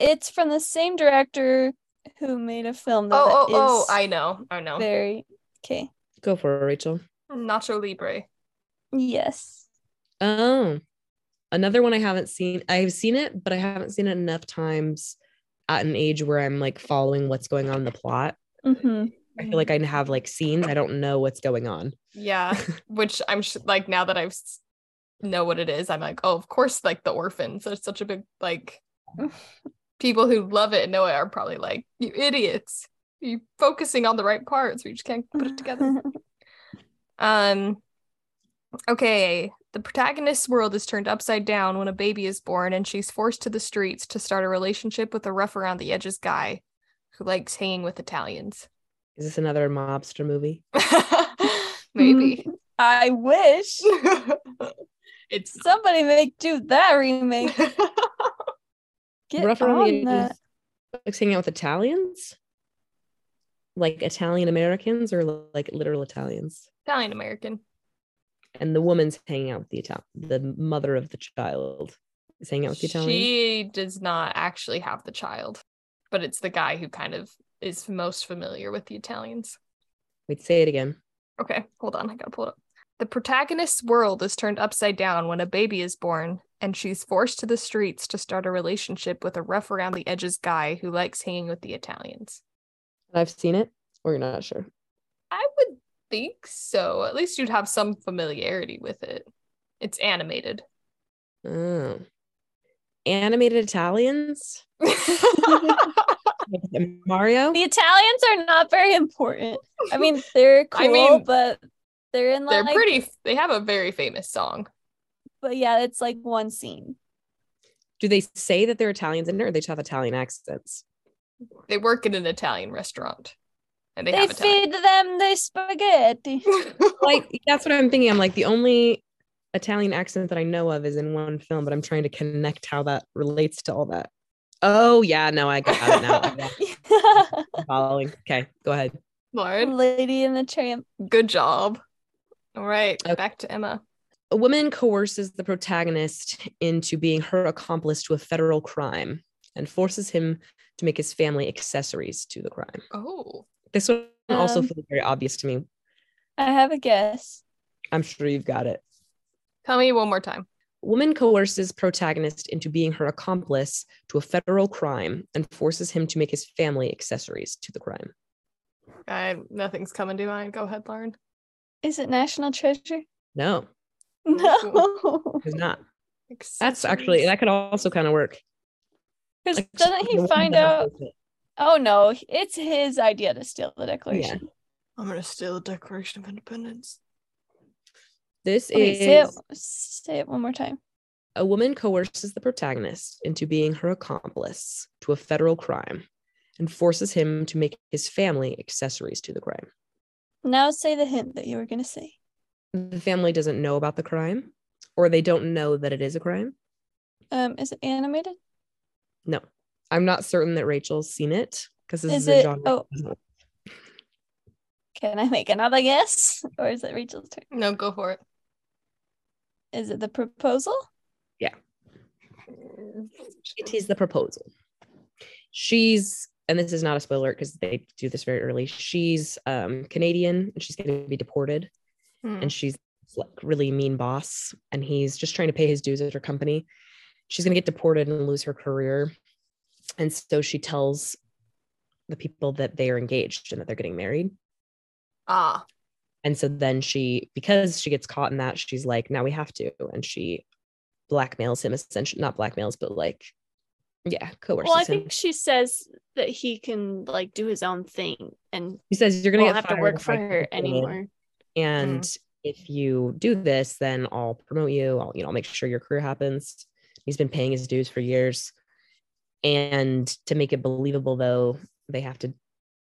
[SPEAKER 1] it's from the same director who made a film that
[SPEAKER 4] oh, oh,
[SPEAKER 1] that
[SPEAKER 4] oh,
[SPEAKER 1] is
[SPEAKER 4] I know. I know.
[SPEAKER 1] very okay.
[SPEAKER 5] Go for it, Rachel.
[SPEAKER 4] Nacho Libre.
[SPEAKER 1] Yes.
[SPEAKER 5] Oh. Another one I haven't seen. I've seen it, but I haven't seen it enough times at an age where I'm like following what's going on in the plot.
[SPEAKER 1] hmm
[SPEAKER 5] I feel like I have like scenes. I don't know what's going on.
[SPEAKER 4] Yeah, which I'm sh- like now that I've s- know what it is, I'm like, oh, of course, like the orphans are such a big like people who love it and know it are probably like you idiots. You focusing on the right parts, we just can't put it together. Um, okay. The protagonist's world is turned upside down when a baby is born, and she's forced to the streets to start a relationship with a rough around the edges guy who likes hanging with Italians.
[SPEAKER 5] Is this another mobster movie?
[SPEAKER 4] Maybe.
[SPEAKER 1] I wish
[SPEAKER 4] it's
[SPEAKER 1] somebody make do that remake. Get
[SPEAKER 5] Rough Around the
[SPEAKER 1] on that.
[SPEAKER 5] Edges. Like hanging out with Italians? Like Italian Americans or like literal Italians?
[SPEAKER 4] Italian American.
[SPEAKER 5] And the woman's hanging out with the Italian, the mother of the child is hanging out with the Italian.
[SPEAKER 4] She does not actually have the child, but it's the guy who kind of is most familiar with the Italians.
[SPEAKER 5] Wait, say it again.
[SPEAKER 4] Okay, hold on. I gotta pull it up. The protagonist's world is turned upside down when a baby is born, and she's forced to the streets to start a relationship with a rough around the edges guy who likes hanging with the Italians.
[SPEAKER 5] I've seen it, or you're not sure.
[SPEAKER 4] I would think so. At least you'd have some familiarity with it. It's animated.
[SPEAKER 5] Oh. Animated Italians? Mario?
[SPEAKER 1] The Italians are not very important. I mean, they're cool,
[SPEAKER 4] I mean,
[SPEAKER 1] but they're in
[SPEAKER 4] They're
[SPEAKER 1] like,
[SPEAKER 4] pretty, they have a very famous song.
[SPEAKER 1] but yeah, it's like one scene.
[SPEAKER 5] Do they say that they're Italians in it or they just have Italian accents?
[SPEAKER 4] They work in an Italian restaurant and they,
[SPEAKER 1] They,
[SPEAKER 4] have Italian.
[SPEAKER 1] feed them the spaghetti.
[SPEAKER 5] Like that's what I'm thinking. I'm like the only Italian accent that I know of is in one film, but I'm trying to connect how that relates to all that. Oh yeah, no, I got it now. I got it. Following. Okay, go ahead.
[SPEAKER 4] Lauren,
[SPEAKER 1] Lady and the Tramp.
[SPEAKER 4] good job. All right,
[SPEAKER 5] Okay.
[SPEAKER 4] back to Emma.
[SPEAKER 5] A woman coerces the protagonist into being her accomplice to a federal crime and forces him to make his family accessories to the crime.
[SPEAKER 4] Oh,
[SPEAKER 5] This one also
[SPEAKER 1] Um,
[SPEAKER 5] feels very obvious to me.
[SPEAKER 1] I have a guess.
[SPEAKER 5] I'm sure you've got it.
[SPEAKER 4] tell me one more time.
[SPEAKER 5] Woman coerces protagonist into being her accomplice to a federal crime and forces him to make his family accessories to the crime.
[SPEAKER 4] I, nothing's coming to mind. Go ahead, Lauren.
[SPEAKER 1] Is it National Treasure?
[SPEAKER 5] No,
[SPEAKER 1] No.
[SPEAKER 5] it's not. That's actually that could also kind of work.
[SPEAKER 1] Because doesn't he find out? Oh no, it's his idea to steal the Declaration.
[SPEAKER 4] I'm gonna steal the Declaration of Independence.
[SPEAKER 5] This
[SPEAKER 1] Okay,
[SPEAKER 5] is
[SPEAKER 1] say, it, say it one more time.
[SPEAKER 5] a woman coerces the protagonist into being her accomplice to a federal crime and forces him to make his family accessories to the crime.
[SPEAKER 1] Now say the hint that you were gonna say.
[SPEAKER 5] The family doesn't know about the crime or they don't know that it is a crime.
[SPEAKER 1] Um, is it animated?
[SPEAKER 5] No, I'm not certain that Rachel's seen it because this
[SPEAKER 1] Is
[SPEAKER 5] is, a
[SPEAKER 1] it-
[SPEAKER 5] genre.
[SPEAKER 1] oh. Can I make another guess, or is it Rachel's turn?
[SPEAKER 4] No, go for it.
[SPEAKER 1] Is it the proposal?
[SPEAKER 5] It is the proposal. She's, and this is not a spoiler because they do this very early. She's um, Canadian and she's going to be deported.
[SPEAKER 4] Hmm.
[SPEAKER 1] Mm-hmm.
[SPEAKER 5] and she's like really mean boss and he's just trying to pay his dues at her company she's going to get deported and lose her career and so she tells the people that they are engaged and that they're getting married
[SPEAKER 4] Ah,
[SPEAKER 5] and so then she because she gets caught in that she's like now we have to and she blackmails him essentially not blackmails but like yeah coerces
[SPEAKER 1] Well, I
[SPEAKER 5] him
[SPEAKER 1] think she says that he can like do his own thing and
[SPEAKER 5] he says you're going
[SPEAKER 1] won't
[SPEAKER 5] get
[SPEAKER 1] have to
[SPEAKER 5] fired
[SPEAKER 1] work
[SPEAKER 5] if
[SPEAKER 1] for
[SPEAKER 5] I
[SPEAKER 1] her
[SPEAKER 5] keep doing it.
[SPEAKER 1] anymore.
[SPEAKER 5] and
[SPEAKER 1] Mm-hmm.
[SPEAKER 5] if you do this then i'll promote you i'll you know I'll make sure your career happens he's been paying his dues for years and to make it believable though they have to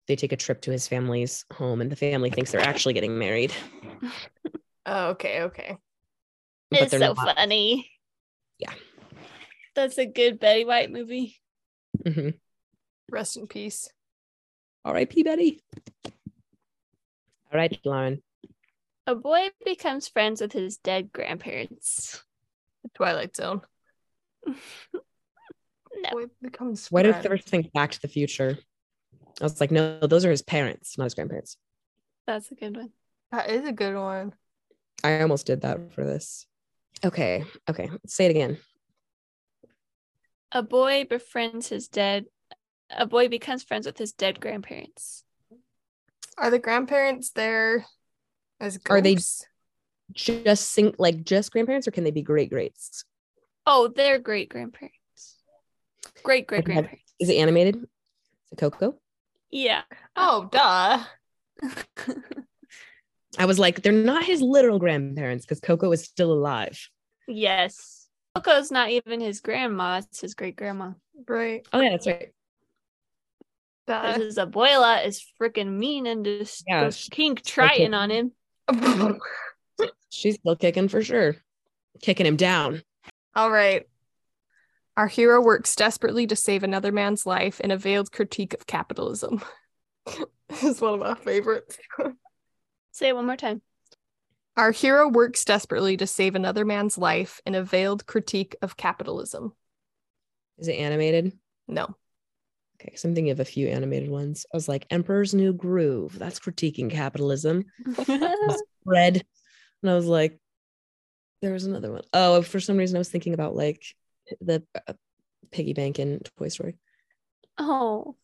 [SPEAKER 5] they take a trip to his family's home and the family thinks they're actually getting married
[SPEAKER 4] oh, okay, okay.
[SPEAKER 5] but
[SPEAKER 1] It's
[SPEAKER 5] they're
[SPEAKER 1] so
[SPEAKER 5] not.
[SPEAKER 1] funny.
[SPEAKER 5] Yeah.
[SPEAKER 1] That's a good Betty White movie.
[SPEAKER 5] Mhm.
[SPEAKER 4] Rest in peace.
[SPEAKER 5] r.i.p betty all right lauren
[SPEAKER 1] A boy becomes friends with his dead grandparents.
[SPEAKER 4] Twilight Zone.
[SPEAKER 1] No.
[SPEAKER 4] Boy becomes
[SPEAKER 5] why did
[SPEAKER 4] friend.
[SPEAKER 5] first think back to the future i was like no those are his parents not his grandparents
[SPEAKER 1] That's a good one.
[SPEAKER 4] That is a good one.
[SPEAKER 5] i almost did that for this okay okay say it again
[SPEAKER 1] A boy befriends his dead. A boy becomes friends with his dead grandparents.
[SPEAKER 4] Are the grandparents there as ghosts?
[SPEAKER 5] Are they- just sing like just grandparents or can they be great greats
[SPEAKER 1] Oh, they're great grandparents. Great great grandparents.
[SPEAKER 5] is it animated is it coco
[SPEAKER 1] Yeah.
[SPEAKER 4] Oh, duh.
[SPEAKER 5] i was like they're not his literal grandparents because coco is still alive
[SPEAKER 1] yes. Coco's not even his grandma, it's his great grandma.
[SPEAKER 4] Right.
[SPEAKER 5] oh yeah that's right
[SPEAKER 1] Because
[SPEAKER 4] Duh.
[SPEAKER 1] his abuela is freaking mean and just
[SPEAKER 5] Uh. Yeah,
[SPEAKER 1] goes
[SPEAKER 5] she-
[SPEAKER 1] King Triton on him.
[SPEAKER 5] she's still kicking for sure kicking him down
[SPEAKER 4] All right. Our hero works desperately to save another man's life in a veiled critique of capitalism. this is one of my favorites.
[SPEAKER 1] Say it one more time.
[SPEAKER 4] Our hero works desperately to save another man's life in a veiled critique of capitalism.
[SPEAKER 5] is it animated
[SPEAKER 4] No.
[SPEAKER 5] okay because i'm thinking of a few animated ones i was like emperor's new groove that's critiquing capitalism red and i was like there was another one. Oh, for some reason i was thinking about like the uh, piggy bank in toy story
[SPEAKER 1] oh.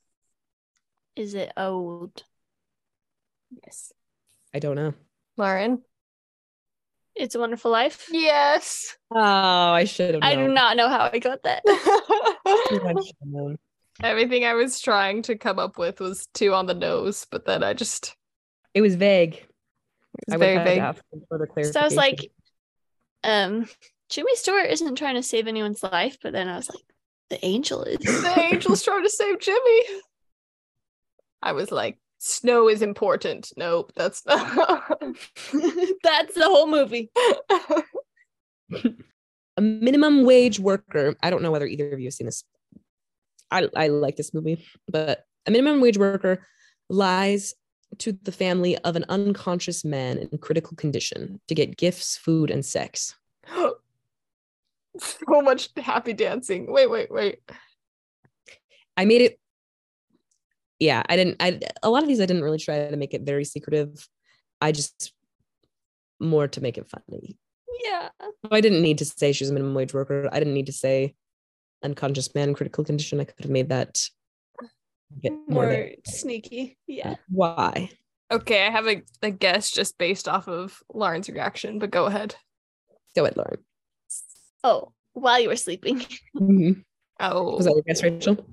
[SPEAKER 1] Is it old?
[SPEAKER 4] Yes.
[SPEAKER 5] I don't know.
[SPEAKER 4] Lauren?
[SPEAKER 1] It's a Wonderful Life.
[SPEAKER 4] Yes.
[SPEAKER 5] Oh, I should have.
[SPEAKER 1] I do not know how I got that.
[SPEAKER 4] Everything I was trying to come up with was too on the nose, but then I just
[SPEAKER 5] It was vague.
[SPEAKER 4] it was
[SPEAKER 5] would
[SPEAKER 4] very
[SPEAKER 5] have to
[SPEAKER 4] vague.
[SPEAKER 5] ask them for the
[SPEAKER 1] So I was
[SPEAKER 5] clarification.
[SPEAKER 1] like, um, Jimmy Stewart isn't trying to save anyone's life, but then I was like, the angel is.
[SPEAKER 4] the angel's trying to save Jimmy. I was like, snow is important. Nope, that's not.
[SPEAKER 1] That's the whole movie.
[SPEAKER 5] a minimum wage worker. I don't know whether either of you have seen this. I I like this movie, but a minimum wage worker lies to the family of an unconscious man in critical condition to get gifts, food, and sex.
[SPEAKER 4] so much happy dancing. Wait, wait, wait.
[SPEAKER 5] I made it. Yeah, I didn't. I a lot of these I didn't really try to make it very secretive. I just more to make it funny.
[SPEAKER 1] Yeah.
[SPEAKER 5] I didn't need to say she was a minimum wage worker. I didn't need to say unconscious man in critical condition. I could have made that a bit more.
[SPEAKER 1] More
[SPEAKER 5] vague.
[SPEAKER 1] sneaky. Yeah.
[SPEAKER 5] Why?
[SPEAKER 4] Okay, I have a, a guess just based off of Lauren's reaction, but go ahead.
[SPEAKER 5] Go ahead, Lauren.
[SPEAKER 1] Oh, while you were sleeping.
[SPEAKER 5] Mhm.
[SPEAKER 4] Oh,
[SPEAKER 5] Was that your guess, Rachel?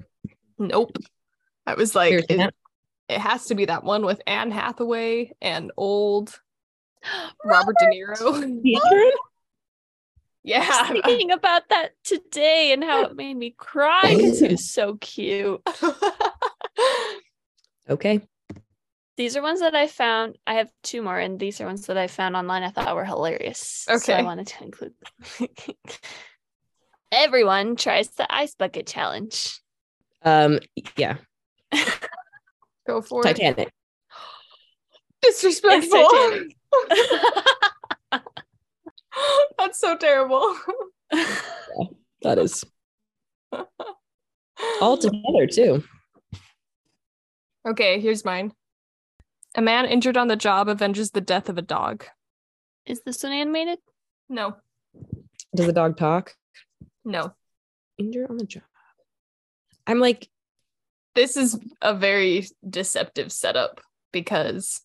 [SPEAKER 4] nope. I was like,
[SPEAKER 5] Here's
[SPEAKER 4] it,
[SPEAKER 5] Matt.
[SPEAKER 4] it has to be that one with Anne Hathaway and old Robert, De Niro.
[SPEAKER 1] I was
[SPEAKER 4] yeah.
[SPEAKER 1] thinking about that today and how it made me cry because he was so cute.
[SPEAKER 5] Okay.
[SPEAKER 1] These are ones that I found. I have two more, and these are ones that I found online I thought were hilarious. So I
[SPEAKER 4] Okay.
[SPEAKER 1] wanted to include them. Everyone tries the ice bucket challenge.
[SPEAKER 5] Um. Yeah.
[SPEAKER 4] Go for it.
[SPEAKER 5] Titanic.
[SPEAKER 1] It's
[SPEAKER 4] Disrespectful.
[SPEAKER 1] Titanic.
[SPEAKER 4] That's so terrible.
[SPEAKER 5] That is all together too.
[SPEAKER 4] Okay, here's mine. A man injured on the job avenges the death of a dog.
[SPEAKER 1] Is this one animated?
[SPEAKER 4] No,
[SPEAKER 5] Does the dog talk?
[SPEAKER 4] no.
[SPEAKER 5] Injured on the job. I'm like,
[SPEAKER 4] This is a very deceptive setup because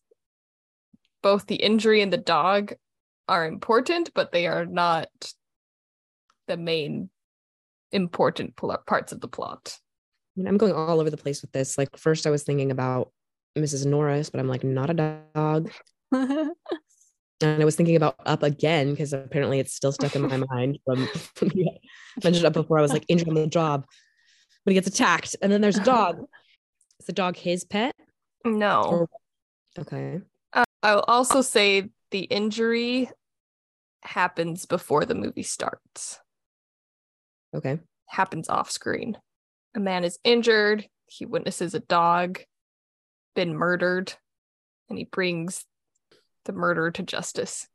[SPEAKER 4] both the injury and the dog are important, but they are not the main important pl- parts of the plot.
[SPEAKER 5] I mean, I'm going all over the place with this. Like, first I was thinking about Mrs. Norris, but I'm like, not a dog. And I was thinking about Up again because apparently it's still stuck in my mind from when you mentioned Up before. I was like injured on the job, but he gets attacked, and then there's a dog. Is the dog his pet?
[SPEAKER 4] No.
[SPEAKER 5] Or- Okay.
[SPEAKER 4] I'll also say the injury happens before the movie starts.
[SPEAKER 5] Okay.
[SPEAKER 4] happens off screen. A man is injured. He witnesses a dog been murdered, and he brings the murderer to justice.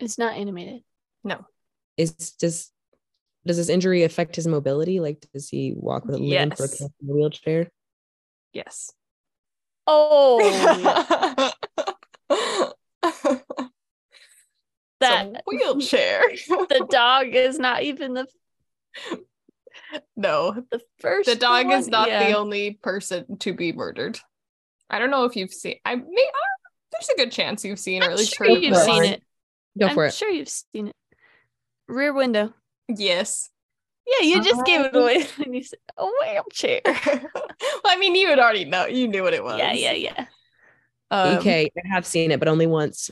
[SPEAKER 1] It's not animated.
[SPEAKER 5] Is does does this injury affect his mobility? Like, does he walk with a limp or
[SPEAKER 4] Yes.
[SPEAKER 5] can't in a wheelchair?
[SPEAKER 4] Yes.
[SPEAKER 1] Oh, yeah. that
[SPEAKER 4] It's a wheelchair.
[SPEAKER 1] the dog is not even the
[SPEAKER 4] no,
[SPEAKER 1] the first.
[SPEAKER 4] the dog is
[SPEAKER 1] one.
[SPEAKER 4] not
[SPEAKER 1] Yeah.
[SPEAKER 4] the only person to be murdered. I don't know if you've seen. I may. I, there's a good chance you've seen, or
[SPEAKER 1] I'm
[SPEAKER 4] at least
[SPEAKER 1] sure
[SPEAKER 4] heard of
[SPEAKER 1] you've
[SPEAKER 4] it.
[SPEAKER 1] seen it.
[SPEAKER 5] Go for
[SPEAKER 1] I'm
[SPEAKER 5] it.
[SPEAKER 1] sure you've seen it. Rear window.
[SPEAKER 4] Yes.
[SPEAKER 1] Yeah, you just gave it away when you said a wheelchair.
[SPEAKER 4] well, I mean, you would already know. You knew what it was.
[SPEAKER 1] Yeah, yeah, yeah.
[SPEAKER 4] Um,
[SPEAKER 5] okay, I have seen it, but only once.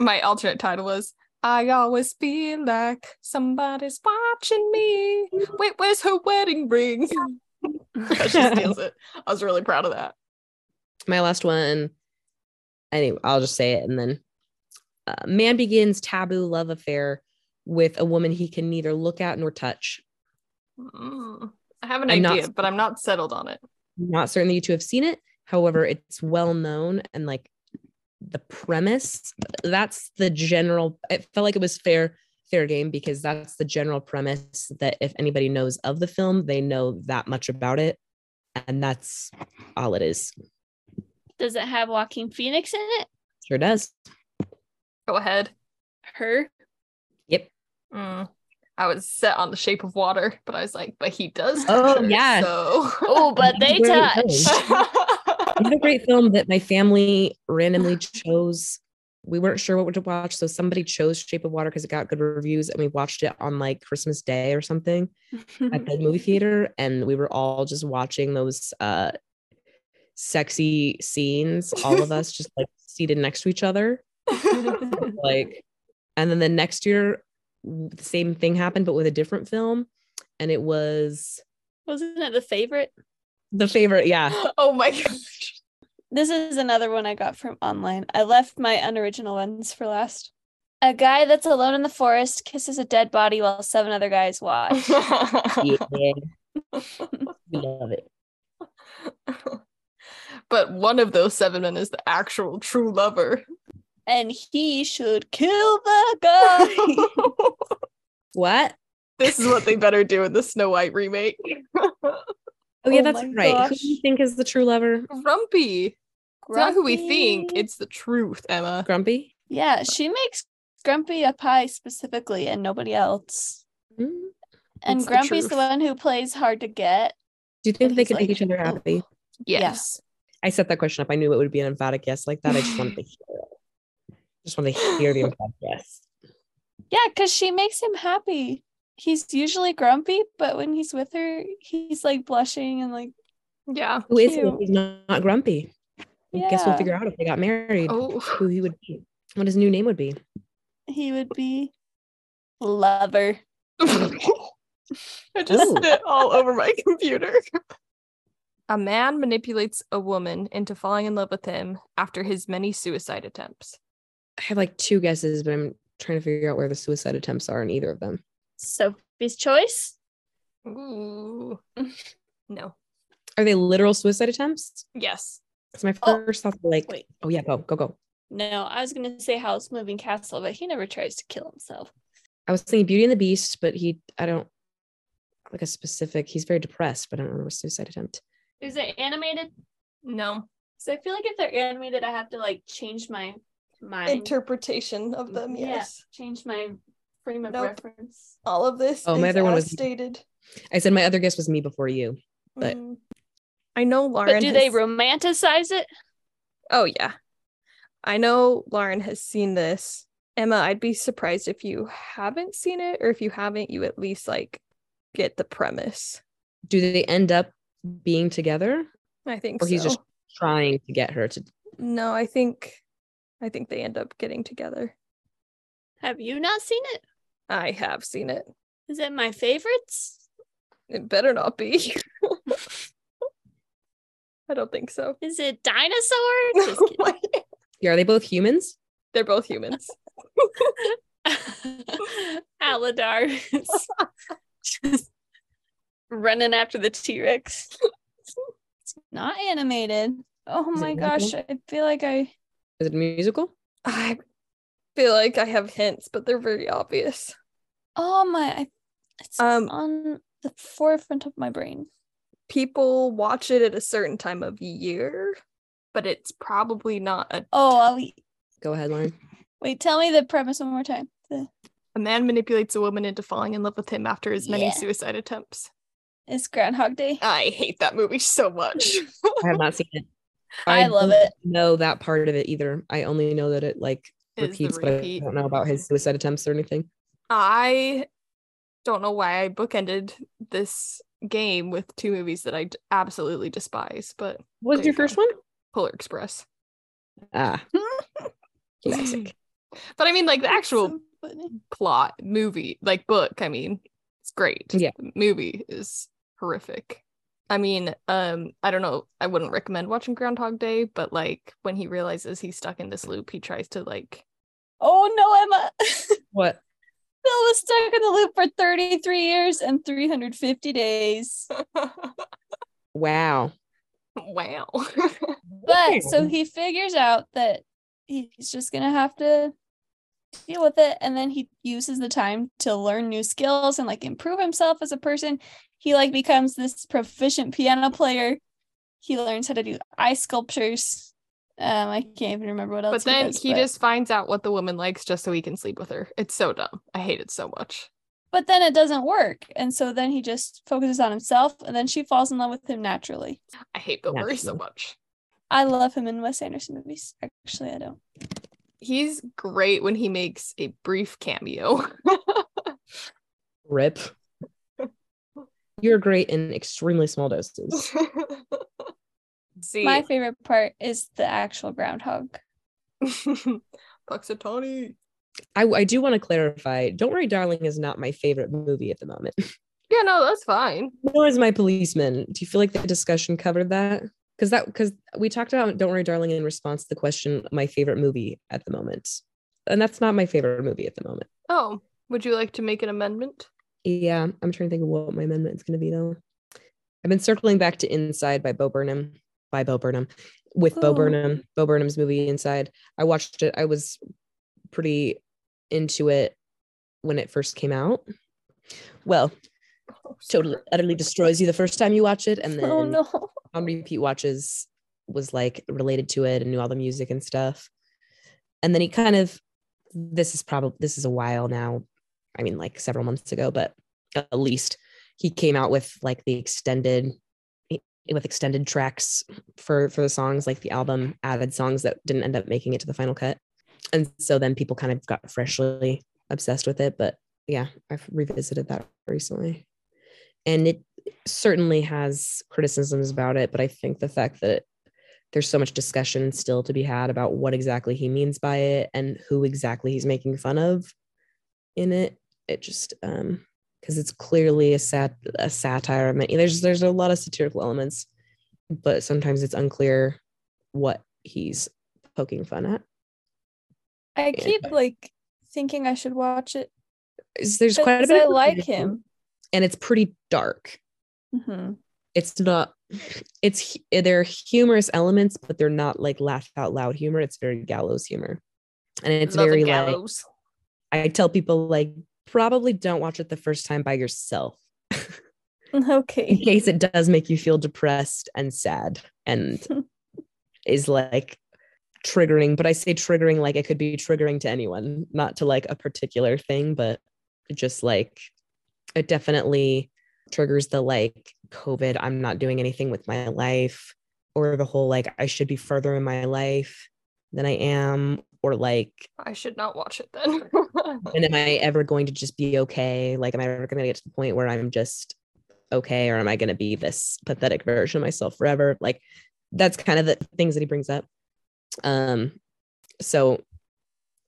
[SPEAKER 4] my alternate title was I always feel like somebody's watching me. Wait, where's her wedding ring? she steals it. I was really proud of that.
[SPEAKER 5] My last one. Anyway, I'll just say it, and then uh, man begins taboo love affair with a woman he can neither look at nor touch.
[SPEAKER 4] Mm. I have an
[SPEAKER 5] I'm not-
[SPEAKER 4] idea, but I'm not settled on it.
[SPEAKER 5] not certain that you two have seen it. However, it's well known and like the premise. That's the general. It felt like it was fair fair game because that's the general premise that if anybody knows of the film, they know that much about it, and that's all it is.
[SPEAKER 1] Does it have Joaquin Phoenix in it?
[SPEAKER 5] Sure does.
[SPEAKER 4] Go ahead.
[SPEAKER 1] Her?
[SPEAKER 5] Yep.
[SPEAKER 4] Mm. I was set on the shape of water, but I was like, but he does.
[SPEAKER 5] Oh,
[SPEAKER 4] touch her,
[SPEAKER 5] yes.
[SPEAKER 4] So.
[SPEAKER 1] Oh, but they
[SPEAKER 5] Where it
[SPEAKER 1] touch.
[SPEAKER 5] goes. Another great film that my family randomly chose. We weren't sure what to watch, so somebody chose Shape of Water because it got good reviews, and we watched it on like Christmas Day or something. at the movie theater and we were all just watching those uh sexy scenes all of us just like seated next to each other
[SPEAKER 1] Uh-huh.
[SPEAKER 5] like and then the next year w- the same thing happened but with a different film and it was
[SPEAKER 1] Wasn't it the favorite?
[SPEAKER 5] the favorite yeah
[SPEAKER 4] oh my gosh.
[SPEAKER 1] This is another one I got from online. I left my unoriginal ones for last. A guy that's alone in the forest kisses a dead body while seven other guys watch.
[SPEAKER 5] yeah we love it
[SPEAKER 4] but one of those seven men is the actual true lover.
[SPEAKER 1] and he should kill the guy.
[SPEAKER 5] what
[SPEAKER 4] this is what they better do in the Snow White remake.
[SPEAKER 5] oh yeah
[SPEAKER 1] Oh
[SPEAKER 5] that's
[SPEAKER 1] my
[SPEAKER 5] right who
[SPEAKER 1] gosh.
[SPEAKER 5] do you think is the true lover
[SPEAKER 4] Grumpy. It's not who we think.
[SPEAKER 1] Grumpy.
[SPEAKER 4] It's the truth, Emma.
[SPEAKER 5] grumpy
[SPEAKER 1] Yeah, she makes Grumpy a pie specifically and nobody else.
[SPEAKER 5] Hmm? do
[SPEAKER 1] And
[SPEAKER 4] It's the
[SPEAKER 1] Grumpy's the
[SPEAKER 4] truth.
[SPEAKER 1] one who plays hard to get.
[SPEAKER 5] you think
[SPEAKER 1] And
[SPEAKER 5] they
[SPEAKER 1] he's
[SPEAKER 5] could make
[SPEAKER 1] like,
[SPEAKER 5] each other
[SPEAKER 1] "Oh."
[SPEAKER 5] happy
[SPEAKER 4] Yes.
[SPEAKER 5] i set that question up i knew it would be an emphatic yes like that i just wanted to hear it just wanted to hear the emphatic yes
[SPEAKER 1] Yeah, because she makes him happy.
[SPEAKER 6] he's usually grumpy, but when he's with her, he's like blushing and like
[SPEAKER 4] Yeah.
[SPEAKER 5] Who is he
[SPEAKER 6] Cute.
[SPEAKER 5] if he's not, not grumpy? I guess we'll
[SPEAKER 6] Yeah.
[SPEAKER 5] figure out if they got married
[SPEAKER 4] Oh,
[SPEAKER 5] who he would be, what his new name would be.
[SPEAKER 6] he would be lover.
[SPEAKER 4] I just
[SPEAKER 5] Ooh.
[SPEAKER 4] spit all over my computer. A man manipulates a woman into falling in love with him after his many suicide attempts.
[SPEAKER 5] I have like two guesses, but I'm trying to figure out where the suicide attempts are in either of them.
[SPEAKER 1] Sophie's choice.
[SPEAKER 4] Ooh. No.
[SPEAKER 5] Are they literal suicide attempts?
[SPEAKER 4] Yes.
[SPEAKER 5] Because my
[SPEAKER 1] Oh,
[SPEAKER 5] first thought was like,
[SPEAKER 1] wait.
[SPEAKER 5] oh yeah, go, go, go.
[SPEAKER 1] No, I was gonna say house moving castle, but he never tries to kill himself.
[SPEAKER 5] I was thinking Beauty and the Beast, but he, I don't like a specific, he's very depressed, but I don't remember suicide attempt.
[SPEAKER 1] Is it animated?
[SPEAKER 4] No.
[SPEAKER 1] So I feel like if they're animated, I have to like change my mind,
[SPEAKER 6] Interpretation of them,
[SPEAKER 1] Yeah.
[SPEAKER 6] yes.
[SPEAKER 1] change my frame of
[SPEAKER 6] Nope.
[SPEAKER 1] reference.
[SPEAKER 6] All of this
[SPEAKER 5] Oh, my
[SPEAKER 6] is
[SPEAKER 5] other one
[SPEAKER 6] as
[SPEAKER 5] was-
[SPEAKER 6] stated.
[SPEAKER 5] I said my other guess was me before you. But-
[SPEAKER 6] Mm.
[SPEAKER 4] I know Lauren.
[SPEAKER 1] But do they
[SPEAKER 4] has-
[SPEAKER 1] romanticize it?
[SPEAKER 4] Oh yeah. I know Lauren has seen this. Emma, I'd be surprised if you haven't seen it or if you haven't you at least like get the premise.
[SPEAKER 5] Do they end up being together
[SPEAKER 4] I think
[SPEAKER 5] Or he's
[SPEAKER 4] so.
[SPEAKER 5] just- trying to get her to
[SPEAKER 4] No, I think I think they end up getting together.
[SPEAKER 1] Have you not seen it?
[SPEAKER 4] I have seen it.
[SPEAKER 1] Is it my favorites?
[SPEAKER 4] It better not be. I don't think so.
[SPEAKER 1] Is it dinosaur? Just kidding.
[SPEAKER 5] yeah are they both humans
[SPEAKER 4] They're both humans.
[SPEAKER 1] Aladar is just running after the T Rex.
[SPEAKER 6] Not animated. Oh
[SPEAKER 5] Is it
[SPEAKER 6] my gosh, I feel like I
[SPEAKER 5] is it a musical
[SPEAKER 4] I feel like I have hints, but they're very obvious.
[SPEAKER 6] oh my I, it's
[SPEAKER 4] Um,
[SPEAKER 6] on the forefront of my brain.
[SPEAKER 4] People watch it at a certain time of year, but it's probably not a
[SPEAKER 6] Oh, I'll,
[SPEAKER 5] go ahead lauren
[SPEAKER 6] wait, tell me the premise one more time. The,
[SPEAKER 4] A man manipulates a woman into falling in love with him after his many
[SPEAKER 6] Yeah.
[SPEAKER 4] suicide attempts.
[SPEAKER 6] it's Groundhog Day.
[SPEAKER 4] I hate that movie so much.
[SPEAKER 5] i have not seen it
[SPEAKER 6] I love
[SPEAKER 5] don't
[SPEAKER 6] it.
[SPEAKER 5] know that part of it either i only know that it like
[SPEAKER 4] Is the
[SPEAKER 5] repeats
[SPEAKER 4] repeat.
[SPEAKER 5] but i don't know about his suicide attempts or anything
[SPEAKER 4] I don't know why I bookended this game with two movies that I d- absolutely despise, but
[SPEAKER 5] what
[SPEAKER 4] was your first
[SPEAKER 5] one
[SPEAKER 4] Polar Express.
[SPEAKER 5] ah
[SPEAKER 4] Classic. but I mean, like the actual plot movie, like book, I mean, it's great.
[SPEAKER 5] Yeah.
[SPEAKER 4] The movie is horrific. I mean, um, I don't know, I wouldn't recommend watching Groundhog Day, but like when he realizes he's stuck in this loop, he tries to like
[SPEAKER 6] Oh no, Emma. Phil
[SPEAKER 5] what
[SPEAKER 6] was stuck in the loop for 33 years and 350 days.
[SPEAKER 5] wow
[SPEAKER 4] wow.
[SPEAKER 6] But so
[SPEAKER 5] Weird.
[SPEAKER 6] he figures out that he's just gonna have to deal with it, and then he uses the time to learn new skills and like improve himself as a person. He like becomes this proficient piano player. He learns how to do eye sculptures. Um, I can't even remember what else.
[SPEAKER 4] but then
[SPEAKER 6] does,
[SPEAKER 4] he
[SPEAKER 6] but-
[SPEAKER 4] just finds out what the woman likes just so he can sleep with her. It's so dumb. I hate it so much.
[SPEAKER 6] But then it doesn't work, and so then he just focuses on himself, and then she falls in love with him naturally.
[SPEAKER 4] I hate Bill Murray so
[SPEAKER 5] Naturally.
[SPEAKER 4] much.
[SPEAKER 6] I love him in Wes Anderson movies. Actually, I don't.
[SPEAKER 4] He's great when he makes a brief cameo.
[SPEAKER 5] rip you're great in extremely small doses
[SPEAKER 4] See,
[SPEAKER 6] My favorite part is the actual groundhog.
[SPEAKER 4] Puxatawny.
[SPEAKER 5] I, I do want to clarify don't worry darling is not my favorite movie at the moment
[SPEAKER 4] Yeah, no, that's fine.
[SPEAKER 5] nor is my policeman. Do you feel like the discussion covered that? Because that because we talked about Don't Worry, Darling in response to the question, my favorite movie at the moment, and that's not my favorite movie at the moment.
[SPEAKER 4] Oh, would you like to make an amendment?
[SPEAKER 5] Yeah, I'm trying to think of what my amendment is going to be though. I've been circling back to Inside by Bo Burnham, by Bo Burnham, with Bo
[SPEAKER 6] Ooh.
[SPEAKER 5] Burnham, Bo Burnham's movie Inside. I watched it. I was pretty into it when it first came out. Well,
[SPEAKER 4] Oh,
[SPEAKER 5] totally utterly destroys you the first time you watch it, and then
[SPEAKER 6] Oh no.
[SPEAKER 5] on repeat watches was like related to it and knew all the music and stuff. And then he kind of this is probably this is a while now. I mean like several months ago, but at least he came out with like the extended with extended tracks for for the songs like the album added songs that didn't end up making it to the final cut. And so then people kind of got freshly obsessed with it, but yeah, I've revisited that recently. And it certainly has criticisms about it, but I think the fact that it, there's so much discussion still to be had about what exactly he means by it and who exactly he's making fun of in it, it just um because it's clearly a sat a satire. I mean, there's there's a lot of satirical elements, but sometimes it's unclear what he's poking fun at.
[SPEAKER 6] I keep like thinking I should watch it.
[SPEAKER 5] Is There's quite a bit.
[SPEAKER 6] I like him.
[SPEAKER 5] and it's pretty dark.
[SPEAKER 6] Mm-hmm.
[SPEAKER 5] It's not. It's there are humorous elements, but they're not like laugh out loud humor. It's very gallows humor, and it's
[SPEAKER 4] Love a
[SPEAKER 5] very like
[SPEAKER 4] gallows.
[SPEAKER 5] I tell people like probably don't watch it the first time by yourself in
[SPEAKER 6] Mm-hmm. Okay.
[SPEAKER 5] case it does make you feel depressed and sad and is like triggering but i say triggering like it could be triggering to anyone not to like a particular thing but just like it definitely triggers the like covid i'm not doing anything with my life or the whole like i should be further in my life than i am or like
[SPEAKER 4] I should not watch it then.
[SPEAKER 5] and am I ever going to just be okay? Like, am I ever going to get to the point where I'm just okay, or am I going to be this pathetic version of myself forever? Like, that's kind of the things that he brings up. Um, so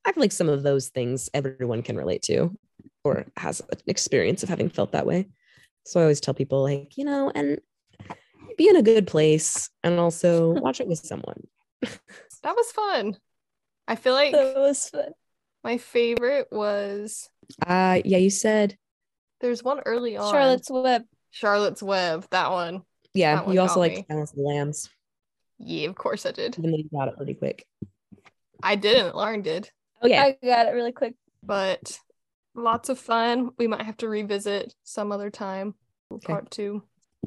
[SPEAKER 5] I feel like some of those things everyone can relate to, or has an experience of having felt that way. So I always tell people, like, you know, and be in a good place, and also watch it with someone.
[SPEAKER 4] that was fun. I feel like
[SPEAKER 6] That was fun.
[SPEAKER 4] my favorite was
[SPEAKER 5] Uh, yeah, you said,
[SPEAKER 4] there's one early on
[SPEAKER 6] Charlotte's Web.
[SPEAKER 4] Charlotte's Web. That one.
[SPEAKER 5] yeah,
[SPEAKER 4] That one
[SPEAKER 5] you also
[SPEAKER 4] got
[SPEAKER 5] like
[SPEAKER 4] me.
[SPEAKER 5] Silence of the Lambs,
[SPEAKER 4] Yeah, of course I did.
[SPEAKER 5] even though you got it pretty quick.
[SPEAKER 4] I didn't. Lauren did.
[SPEAKER 5] Oh yeah,
[SPEAKER 6] I got it really quick.
[SPEAKER 4] But lots of fun. We might have to revisit some other time. Part two.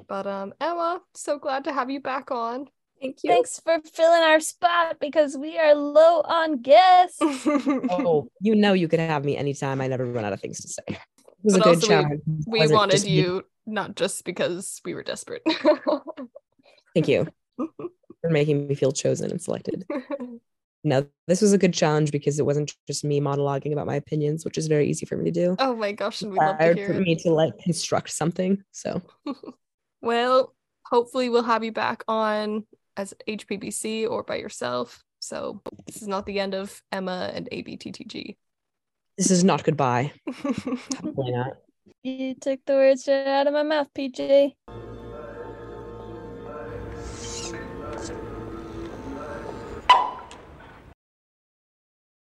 [SPEAKER 4] But um Emma, so glad to have you back on.
[SPEAKER 5] thank
[SPEAKER 6] Thanks for filling our spot because we are low on guests.
[SPEAKER 5] oh, you know you could have me anytime. I never run out of things to say. It was
[SPEAKER 4] But
[SPEAKER 5] a good
[SPEAKER 4] also we-
[SPEAKER 5] challenge.
[SPEAKER 4] we
[SPEAKER 5] Wasn't
[SPEAKER 4] wanted
[SPEAKER 5] just me.
[SPEAKER 4] you not just because we were desperate.
[SPEAKER 5] Thank you for making me feel chosen and selected. No, this was a good challenge because it wasn't just me monologuing about my opinions, which is very easy for me to do.
[SPEAKER 4] oh my gosh, and we love to
[SPEAKER 5] Required
[SPEAKER 4] hear
[SPEAKER 5] for
[SPEAKER 4] it.
[SPEAKER 5] me to like construct something. So
[SPEAKER 4] Well, hopefully we'll have you back on as HPBC or by yourself. So this is not the end of Emma and ABTTG.
[SPEAKER 5] this
[SPEAKER 4] Mm-hmm.
[SPEAKER 5] is not goodbye. Definitely not.
[SPEAKER 6] you took the words right out of my mouth, PJ.